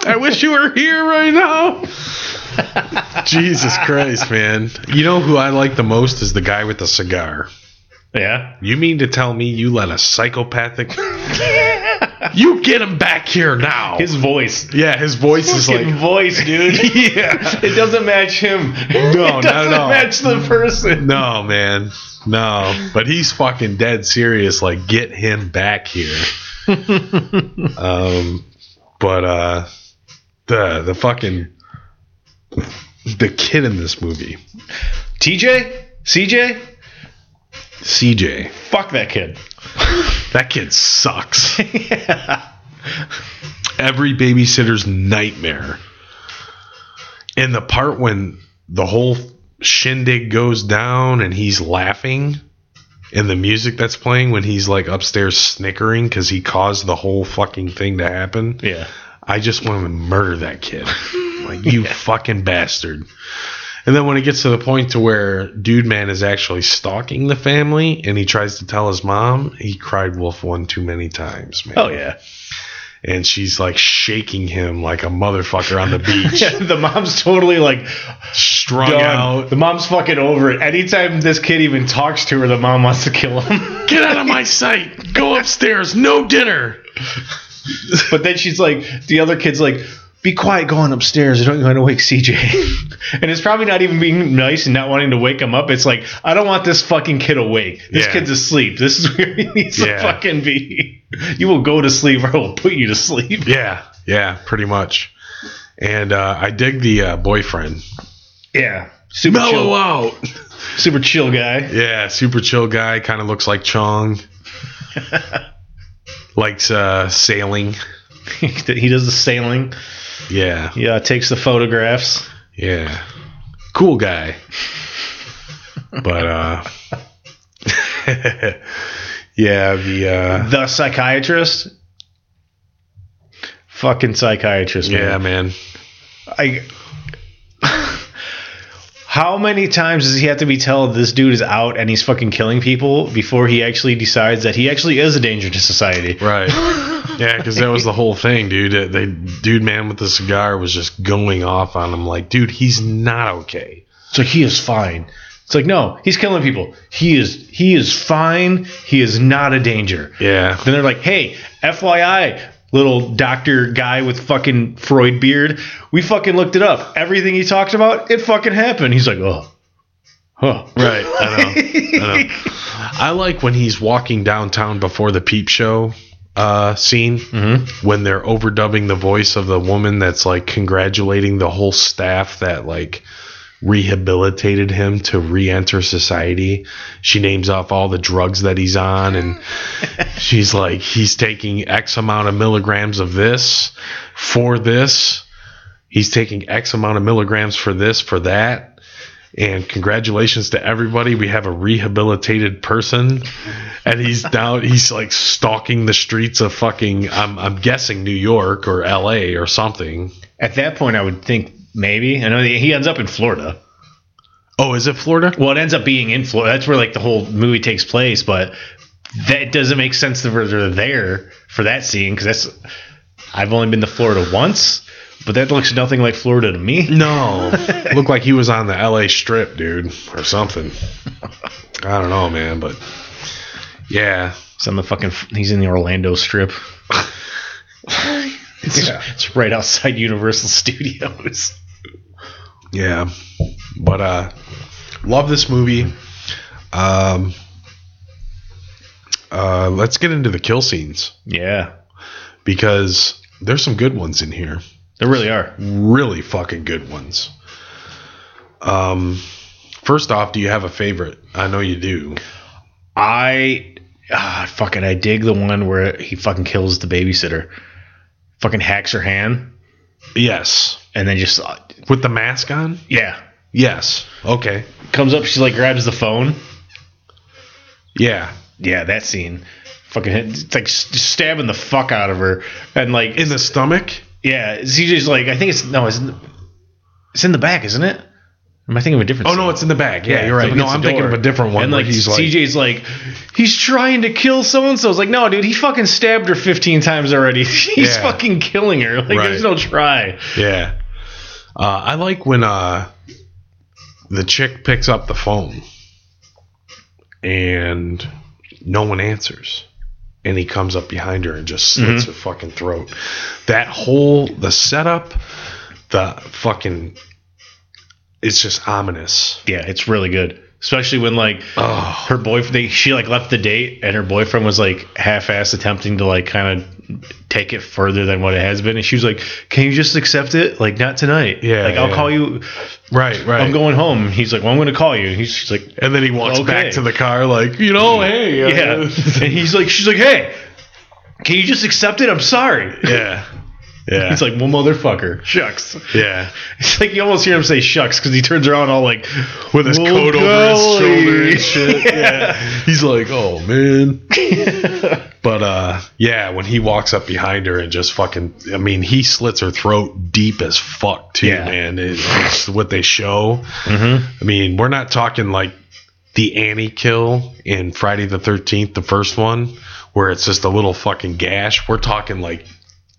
Speaker 2: I wish you were here right now. Jesus Christ, man. You know who I like the most is the guy with the cigar.
Speaker 1: Yeah.
Speaker 2: You mean to tell me you let a psychopathic? you get him back here now.
Speaker 1: His voice.
Speaker 2: yeah, his voice is
Speaker 1: Fucking
Speaker 2: like
Speaker 1: voice, dude.
Speaker 2: yeah.
Speaker 1: It doesn't match him.
Speaker 2: No,
Speaker 1: it
Speaker 2: not at
Speaker 1: doesn't
Speaker 2: all.
Speaker 1: match the person.
Speaker 2: No, man, no. But he's fucking dead serious. Like, get him back here. um, but uh, the the fucking the kid in this movie,
Speaker 1: TJ? CJ?
Speaker 2: CJ.
Speaker 1: Fuck that kid.
Speaker 2: That kid sucks. Every babysitter's nightmare. And the part when the whole shindig goes down and he's laughing and the music that's playing when he's like upstairs snickering because he caused the whole fucking thing to happen.
Speaker 1: Yeah.
Speaker 2: I just want to murder that kid. like you fucking bastard. And then when it gets to the point to where dude man is actually stalking the family and he tries to tell his mom, he cried wolf one too many times, man.
Speaker 1: Oh, yeah.
Speaker 2: And she's like shaking him like a motherfucker on the beach,
Speaker 1: yeah the mom's totally like,
Speaker 2: strung
Speaker 1: done.
Speaker 2: out.
Speaker 1: The mom's fucking over it. Anytime this kid even talks to her, the mom wants to kill him.
Speaker 2: Get out of my sight. Go upstairs. No dinner.
Speaker 1: but then she's like, the other kid's like, be quiet going upstairs. I don't want to wake CJ. and it's probably not even being nice and not wanting to wake him up. It's like, I don't want this fucking kid awake. This
Speaker 2: Yeah.
Speaker 1: kid's asleep. This is where he needs to
Speaker 2: Yeah.
Speaker 1: fucking be. You will go to sleep or I will put you to sleep.
Speaker 2: Yeah. Yeah, pretty much. And uh, I dig the uh, boyfriend.
Speaker 1: Yeah. Super chill,
Speaker 2: out.
Speaker 1: super chill guy.
Speaker 2: Yeah, super chill guy. Kind of looks like Chong. Likes uh, sailing.
Speaker 1: he does the sailing.
Speaker 2: Yeah,
Speaker 1: Yeah, takes the photographs.
Speaker 2: yeah. Cool guy. But uh, yeah, the uh,
Speaker 1: The psychiatrist. Fucking psychiatrist. man.
Speaker 2: yeah man.
Speaker 1: I. How many times does he have to be told this dude is out and he's fucking killing people before he actually decides that he actually is a danger to society?
Speaker 2: Right. Yeah, because that was the whole thing, dude. They dude, man with the cigar was just going off on him, like, dude, he's not okay.
Speaker 1: It's like he is fine. It's like no, he's killing people. He is he is fine. He is not a danger.
Speaker 2: Yeah,
Speaker 1: Then they're like, hey, FYI, little doctor guy with fucking Freud beard, we fucking looked it up. Everything he talked about, it fucking happened. He's like, oh, huh.
Speaker 2: Right. I know. I know. I like when he's walking downtown before the peep show uh, scene when they're overdubbing the voice of the woman that's like congratulating the whole staff that like rehabilitated him to re-enter society. She names off all the drugs that he's on and she's like he's taking x amount of milligrams of this for this. He's taking x amount of milligrams for this for that and congratulations to everybody. We have a rehabilitated person, and he's down. He's like stalking the streets of fucking. I'm I'm guessing New York or L.A. or something.
Speaker 1: At that point, I would think maybe. I know that he ends up in Florida.
Speaker 2: Oh, is it Florida?
Speaker 1: Well, it ends up being in Florida. That's where like the whole movie takes place, but that doesn't make sense that we're- they're there for that scene because that's. I've only been to Florida once, but that looks nothing like Florida to me.
Speaker 2: No, looked like he was on the L.A. Strip, dude, or something. I don't know, man, but yeah,
Speaker 1: He's on the fucking. He's in the Orlando Strip. It's,
Speaker 2: Yeah.
Speaker 1: it's right outside Universal Studios.
Speaker 2: yeah. But uh, love this movie. Um, uh, let's get into the kill scenes
Speaker 1: Yeah,
Speaker 2: because there's some good ones in here.
Speaker 1: there really are.
Speaker 2: Really fucking good ones. Um, first off, do you have a favorite? I know you do.
Speaker 1: I ah, fucking I dig the one where he fucking kills the babysitter, fucking hacks her hand,
Speaker 2: Yes.
Speaker 1: and then just uh,
Speaker 2: With the mask on?
Speaker 1: yeah,
Speaker 2: Yes. Okay.
Speaker 1: comes up. She like grabs the phone.
Speaker 2: Yeah.
Speaker 1: Yeah, that scene. Fucking hit- it's like s- just stabbing the fuck out of her, and like
Speaker 2: In the stomach?
Speaker 1: yeah, she just like I think it's no, it's in the, it's in the back, isn't it? Am I thinking of a different?
Speaker 2: Oh
Speaker 1: scene?
Speaker 2: no, it's in the back. Yeah, you're right.
Speaker 1: Up
Speaker 2: No,
Speaker 1: against
Speaker 2: I'm
Speaker 1: the
Speaker 2: thinking of
Speaker 1: door.
Speaker 2: a different one.
Speaker 1: And
Speaker 2: where
Speaker 1: like CJ's like, he's trying to kill so and so. It's like, no, dude, he fucking stabbed her 15 times already. he's
Speaker 2: Yeah.
Speaker 1: fucking killing her. Like,
Speaker 2: Right.
Speaker 1: there's no try.
Speaker 2: Yeah. Uh, I like when uh, the chick picks up the phone and no one answers. And he comes up behind her and just
Speaker 1: Mm-hmm.
Speaker 2: slits her fucking throat. That whole, the setup, the fucking, it's just ominous.
Speaker 1: Yeah, it's really good, especially when like
Speaker 2: Oh,
Speaker 1: her boyfriend, they, she like left the date, and her boyfriend was like half-ass attempting to like kind of take it further than what it has been, and she was like, "Can you just accept it? Like, not tonight.
Speaker 2: Yeah,
Speaker 1: like I'll
Speaker 2: yeah.
Speaker 1: call you.
Speaker 2: right, right.
Speaker 1: I'm going home." He's like, "Well, I'm going to call you." He's she's like,
Speaker 2: and then he walks
Speaker 1: Okay.
Speaker 2: back to the car like, you know, hey. uh,
Speaker 1: Yeah. and he's like, she's like, hey, can you just accept it? I'm sorry.
Speaker 2: yeah. Yeah.
Speaker 1: It's like, well, motherfucker. Shucks.
Speaker 2: yeah.
Speaker 1: It's like you almost hear him say shucks because he turns around all like,
Speaker 2: with his
Speaker 1: "Well,
Speaker 2: coat over his shoulder
Speaker 1: golly."
Speaker 2: and shit. yeah. He's like, oh man. but uh yeah, when he walks up behind her and just fucking I mean, he slits her throat deep as fuck too,
Speaker 1: Yeah.
Speaker 2: man. It- it's what they show. I mean, we're not talking like the Annie kill in Friday the thirteenth, the first one, where it's just a little fucking gash. We're talking like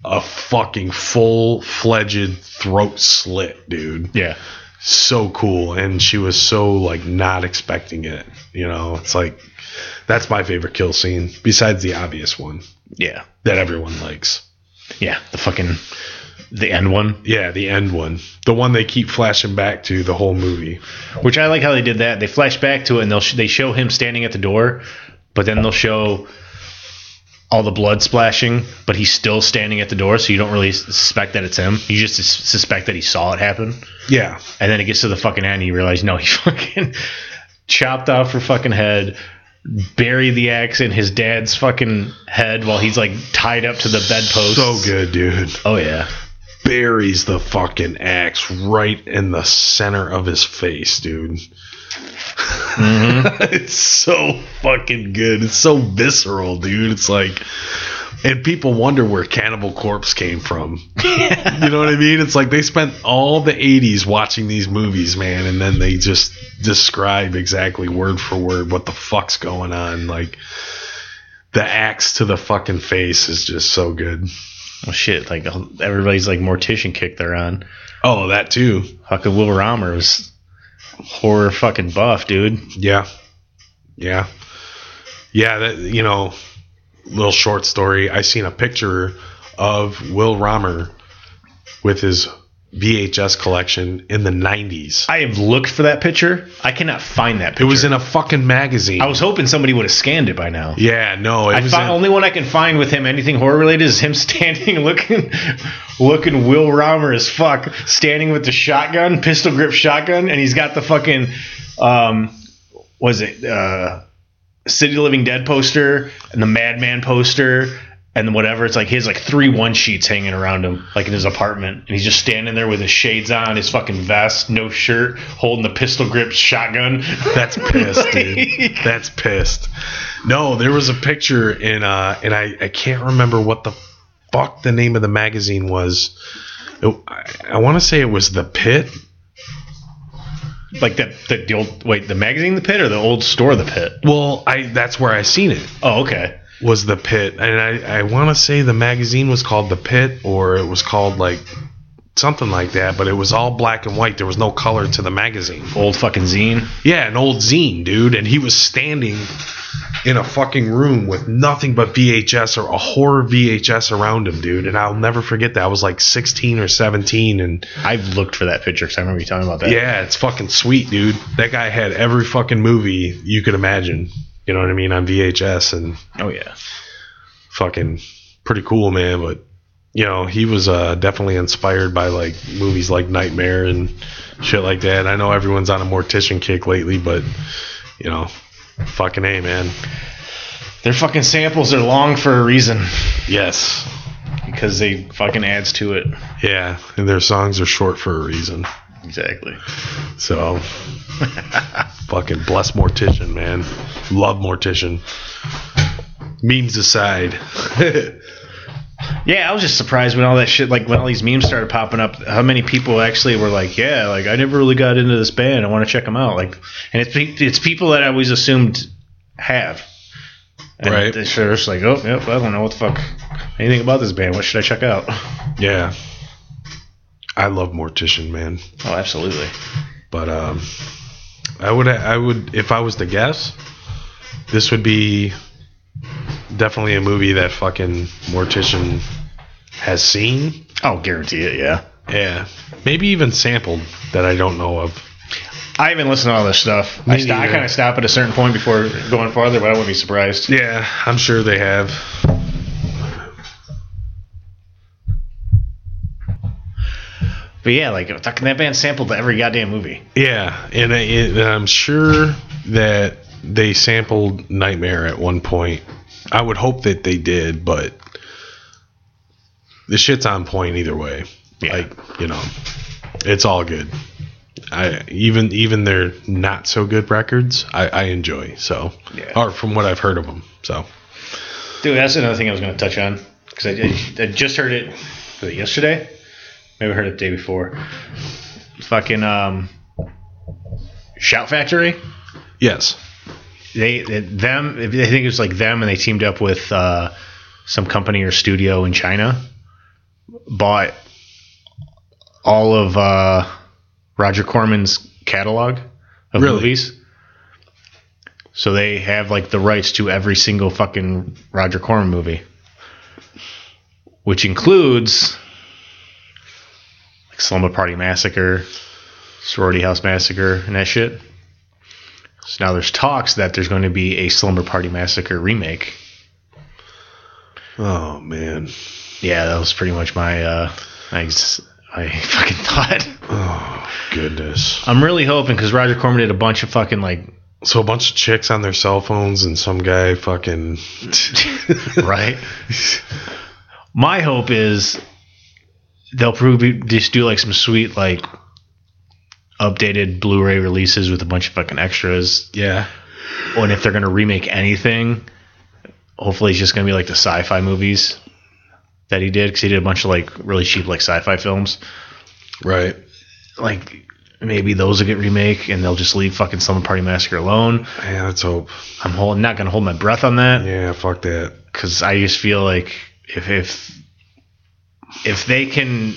Speaker 2: a fucking full fledged throat slit, dude
Speaker 1: Yeah.
Speaker 2: so cool and she was so like not expecting it you know it's like that's my favorite kill scene besides the obvious one
Speaker 1: Yeah.
Speaker 2: that everyone likes
Speaker 1: Yeah. The fucking, the end one.
Speaker 2: yeah the end one the one they keep flashing back to the whole movie
Speaker 1: Which I like how they did that. They flash back to it and they'll sh- they show him standing at the door, but then they'll show all the blood splashing, but he's still standing at the door, so you don't really suspect that it's him. You just sus- suspect that he saw it happen.
Speaker 2: yeah
Speaker 1: And then it gets to the fucking end, and you realize, no, he fucking chopped off her fucking head, buried the axe in his dad's fucking head while he's like tied up to the bedpost.
Speaker 2: so good dude
Speaker 1: Oh yeah,
Speaker 2: buries the fucking axe right in the center of his face dude it's so fucking good it's so visceral dude it's like and people wonder where Cannibal Corpse came from. you know what I mean? It's like they spent all the 80s watching these movies, man, and then they just describe exactly word for word what the fuck's going on. Like the axe to the fucking face is just so good.
Speaker 1: well Oh, shit, like everybody's like mortician kick they're on.
Speaker 2: Oh, that too.
Speaker 1: Fucking Will Romer was horror fucking buff, dude.
Speaker 2: Yeah. Yeah. Yeah, that you know, little short story. I seen a picture of Will Romer with his VHS collection in the 90s.
Speaker 1: I have looked for that picture. I cannot find that
Speaker 2: It
Speaker 1: picture.
Speaker 2: was in a fucking magazine.
Speaker 1: I was hoping somebody would have scanned it by now.
Speaker 2: yeah, no, it
Speaker 1: I
Speaker 2: was
Speaker 1: fi-
Speaker 2: in-
Speaker 1: only one I can find with him anything horror related is him standing looking looking Will Romer as fuck standing with the shotgun pistol grip shotgun and he's got the fucking um was it uh City of Living Dead poster and the Madman poster and whatever it's like he has like three one sheets hanging around him like in his apartment and he's just standing there with his shades on his fucking vest no shirt holding the pistol grip shotgun
Speaker 2: That's pissed, dude.
Speaker 1: Like-
Speaker 2: That's pissed. No, there was a picture in uh and I, I can't remember what the fuck the name of the magazine was. It- I, I want to say it was The Pit.
Speaker 1: like that the, the old wait the magazine the pit or the old store the pit
Speaker 2: Well, I that's where I seen it.
Speaker 1: oh okay
Speaker 2: was the pit and i, I want to say the magazine was called the pit or it was called like something like that but it was all black and white there was no color to the magazine
Speaker 1: old fucking zine
Speaker 2: yeah an old zine dude and he was standing in a fucking room with nothing but vhs or a horror vhs around him dude and i'll never forget that i was like 16 or 17 and
Speaker 1: i've looked for that picture because i remember you talking about that
Speaker 2: yeah it's fucking sweet dude that guy had every fucking movie you could imagine You know what I mean? On VHS and
Speaker 1: Oh yeah.
Speaker 2: fucking pretty cool, man. But you know, he was uh, definitely inspired by like movies like Nightmare and shit like that. I know everyone's on a mortician kick lately, but you know, fucking a man.
Speaker 1: Their fucking samples are long for a reason
Speaker 2: Yes,
Speaker 1: because they fucking adds to it.
Speaker 2: yeah, and their songs are short for a reason.
Speaker 1: Exactly.
Speaker 2: So fucking bless mortician, man. Love mortician. Memes aside,
Speaker 1: Yeah, I was just surprised when all that shit, like when all these memes started popping up, how many people actually were like, "Yeah, like I never really got into this band. I want to check them out." Like, and it's pe- it's people that I always assumed have. And
Speaker 2: Right.
Speaker 1: They're just like, "Oh, yep, I don't know what the fuck anything about this band. What should I check out?"
Speaker 2: yeah. I love mortician, man.
Speaker 1: Oh, absolutely.
Speaker 2: But um, I would I would if I was to guess, this would be definitely a movie that fucking Mortician has seen.
Speaker 1: I'll guarantee it. Yeah.
Speaker 2: Yeah, maybe even sampled that I don't know of.
Speaker 1: I even listen to all this stuff. I,
Speaker 2: Me
Speaker 1: st- I
Speaker 2: neither.
Speaker 1: kind of stop at a certain point before going farther, but I wouldn't be surprised.
Speaker 2: Yeah, I'm sure they have.
Speaker 1: But yeah, like fucking that band sampled every goddamn movie.
Speaker 2: Yeah, and I, it, I'm sure that they sampled Nightmare at one point. I would hope that they did, but the shit's on point either way.
Speaker 1: Yeah.
Speaker 2: Like you know, it's all good. I even even their not so good records I, I enjoy. So
Speaker 1: Yeah.
Speaker 2: or from what I've heard of them. So
Speaker 1: Dude, that's another thing I was going to touch on because I, I just heard it was it yesterday. Maybe I heard it the day before. Fucking um, Shout Factory.
Speaker 2: yes,
Speaker 1: They, they them. I think it was like them, and they teamed up with uh, some company or studio in China. Bought all of uh, Roger Corman's catalog of
Speaker 2: Really?
Speaker 1: movies. So they have like the rights to every single fucking Roger Corman movie, which includes like Slumber Party Massacre, Sorority House Massacre, and that shit. So now there's talks that there's going to be a Slumber Party Massacre remake.
Speaker 2: oh man,
Speaker 1: Yeah, that was pretty much my uh, I, s- I fucking thought.
Speaker 2: oh goodness.
Speaker 1: I'm really hoping because Roger Corman did a bunch of fucking like
Speaker 2: So a bunch of chicks on their cell phones and some guy fucking
Speaker 1: right. my hope is they'll probably just do like some sweet like updated Blu-ray releases with a bunch of fucking extras.
Speaker 2: yeah.
Speaker 1: Oh, and if they're gonna remake anything, hopefully it's just gonna be like the sci-fi movies that he did because he did a bunch of like really cheap like sci-fi films.
Speaker 2: Right.
Speaker 1: like maybe those will get remake and they'll just leave fucking Slumber Party Massacre alone.
Speaker 2: Yeah, let's hope.
Speaker 1: I'm hold, not gonna hold my breath on that
Speaker 2: Yeah, fuck that.
Speaker 1: because I just feel like if if if they can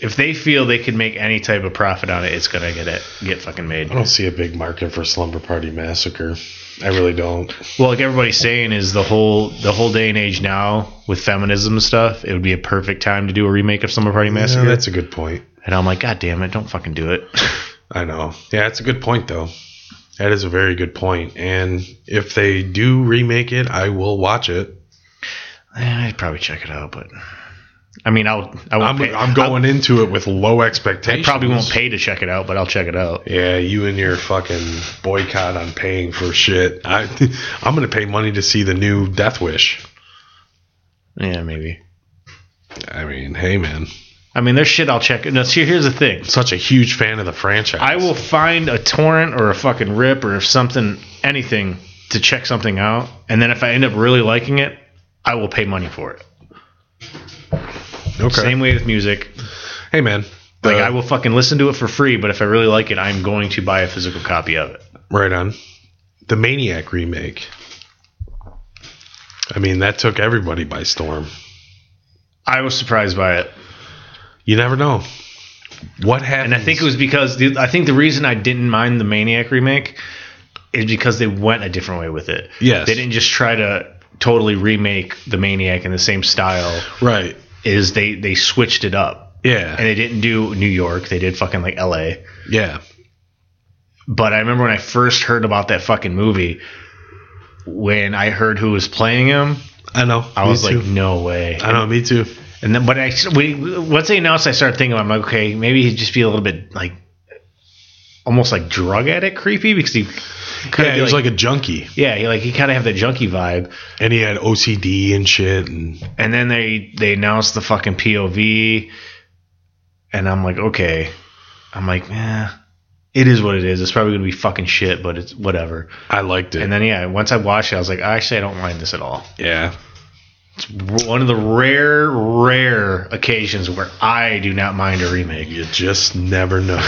Speaker 1: if they feel they can make any type of profit on it, it's gonna get it get fucking made.
Speaker 2: I don't see a big market for Slumber Party Massacre. I really don't.
Speaker 1: Well, like everybody's saying is the whole the whole day and age now with feminism and stuff, it would be a perfect time to do a remake of Slumber Party
Speaker 2: Yeah,
Speaker 1: Massacre.
Speaker 2: that's a good point.
Speaker 1: and I'm like, God damn it, don't fucking do it.
Speaker 2: I know. Yeah, that's a good point though. That is a very good point. And if they do remake it, I will watch it.
Speaker 1: Eh, I'd probably check it out, but I mean, I'll I won't
Speaker 2: I'm
Speaker 1: pay-
Speaker 2: I'm
Speaker 1: I'll-
Speaker 2: going into it with low expectations.
Speaker 1: probably won't pay to check it out, but I'll check it out.
Speaker 2: Yeah, you and your fucking boycott on paying for shit. I I'm gonna pay money to see the new Death Wish.
Speaker 1: Yeah, maybe.
Speaker 2: I mean, hey man,
Speaker 1: I mean, there's shit I'll check. No, see, here's the thing.
Speaker 2: such a huge fan of the franchise.
Speaker 1: I will find a torrent or a fucking rip or if something, anything to check something out, and then if I end up really liking it, I will pay money for it.
Speaker 2: Okay.
Speaker 1: Same way with music.
Speaker 2: Hey man, Uh,
Speaker 1: Like
Speaker 2: the-
Speaker 1: I will fucking listen to it for free, but if I really like it, I'm going to buy a physical copy of it.
Speaker 2: Right on. The Maniac remake. I mean, that took everybody by storm.
Speaker 1: I was surprised by it,
Speaker 2: You never know. What happened?
Speaker 1: and I think it was because the, I think the reason I didn't mind the Maniac remake is because they went a different way with it.
Speaker 2: Yes.
Speaker 1: They didn't just try to totally remake the Maniac in the same style.
Speaker 2: Right.
Speaker 1: Is they they switched it up
Speaker 2: Yeah.
Speaker 1: and they didn't do New York. They did fucking like L.A.
Speaker 2: yeah.
Speaker 1: But I remember when I first heard about that fucking movie, when I heard who was playing him,
Speaker 2: I know.
Speaker 1: I
Speaker 2: me
Speaker 1: was
Speaker 2: too.
Speaker 1: like, no way.
Speaker 2: I know. Me too.
Speaker 1: And then, but I, we, once they announced, I started thinking, I'm like, okay, maybe he'd just be a little bit like, almost like drug addict creepy because he,
Speaker 2: Yeah, he was
Speaker 1: like,
Speaker 2: like a junkie,
Speaker 1: yeah, he like he kind of have the junkie vibe.
Speaker 2: and he had OCD and shit. And
Speaker 1: And then they they announced the fucking POV, and I'm like, okay, I'm like, eh, it is what it is. It's probably gonna be fucking shit, but it's whatever.
Speaker 2: I liked it.
Speaker 1: And then yeah, once I watched it, I was like, actually, I don't mind this at all.
Speaker 2: yeah,
Speaker 1: It's one of the rare, rare occasions where I do not mind a remake.
Speaker 2: you just never know.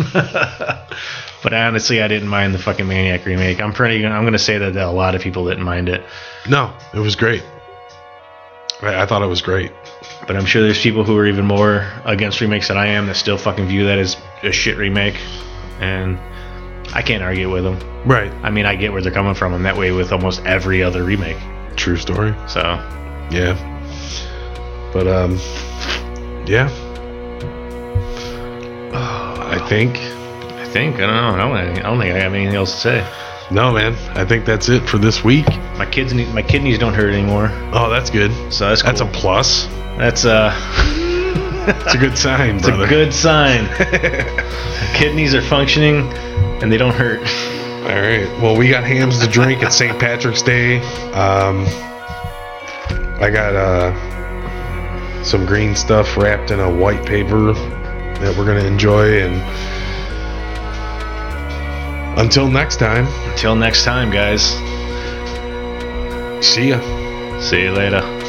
Speaker 1: but honestly, I didn't mind the fucking Maniac remake. I'm pretty. I'm gonna say that a lot of people didn't mind it,
Speaker 2: no, it was great. I, I thought it was great.
Speaker 1: but I'm sure there's people who are even more against remakes than I am that still fucking view that as a shit remake, and I can't argue with them.
Speaker 2: Right.
Speaker 1: I mean, I get where they're coming from, and that way with almost every other remake.
Speaker 2: True story.
Speaker 1: So
Speaker 2: Yeah. But um yeah. I think
Speaker 1: I think I don't know. I don't, I don't think I have anything else to say.
Speaker 2: no man. I think that's it for this week.
Speaker 1: My kids, need, my kidneys don't hurt anymore,
Speaker 2: Oh, that's good.
Speaker 1: so that's
Speaker 2: That's a
Speaker 1: cool.
Speaker 2: plus.
Speaker 1: that's uh.
Speaker 2: It's a good sign,
Speaker 1: It's
Speaker 2: brother.
Speaker 1: a good sign. Kidneys are functioning and they don't hurt.
Speaker 2: All right. Well, we got hams to drink. It's St. Patrick's Day. Um, I got uh, some green stuff wrapped in a white paper that we're gonna enjoy. And until next time,
Speaker 1: Until next time, guys.
Speaker 2: see ya.
Speaker 1: See you later.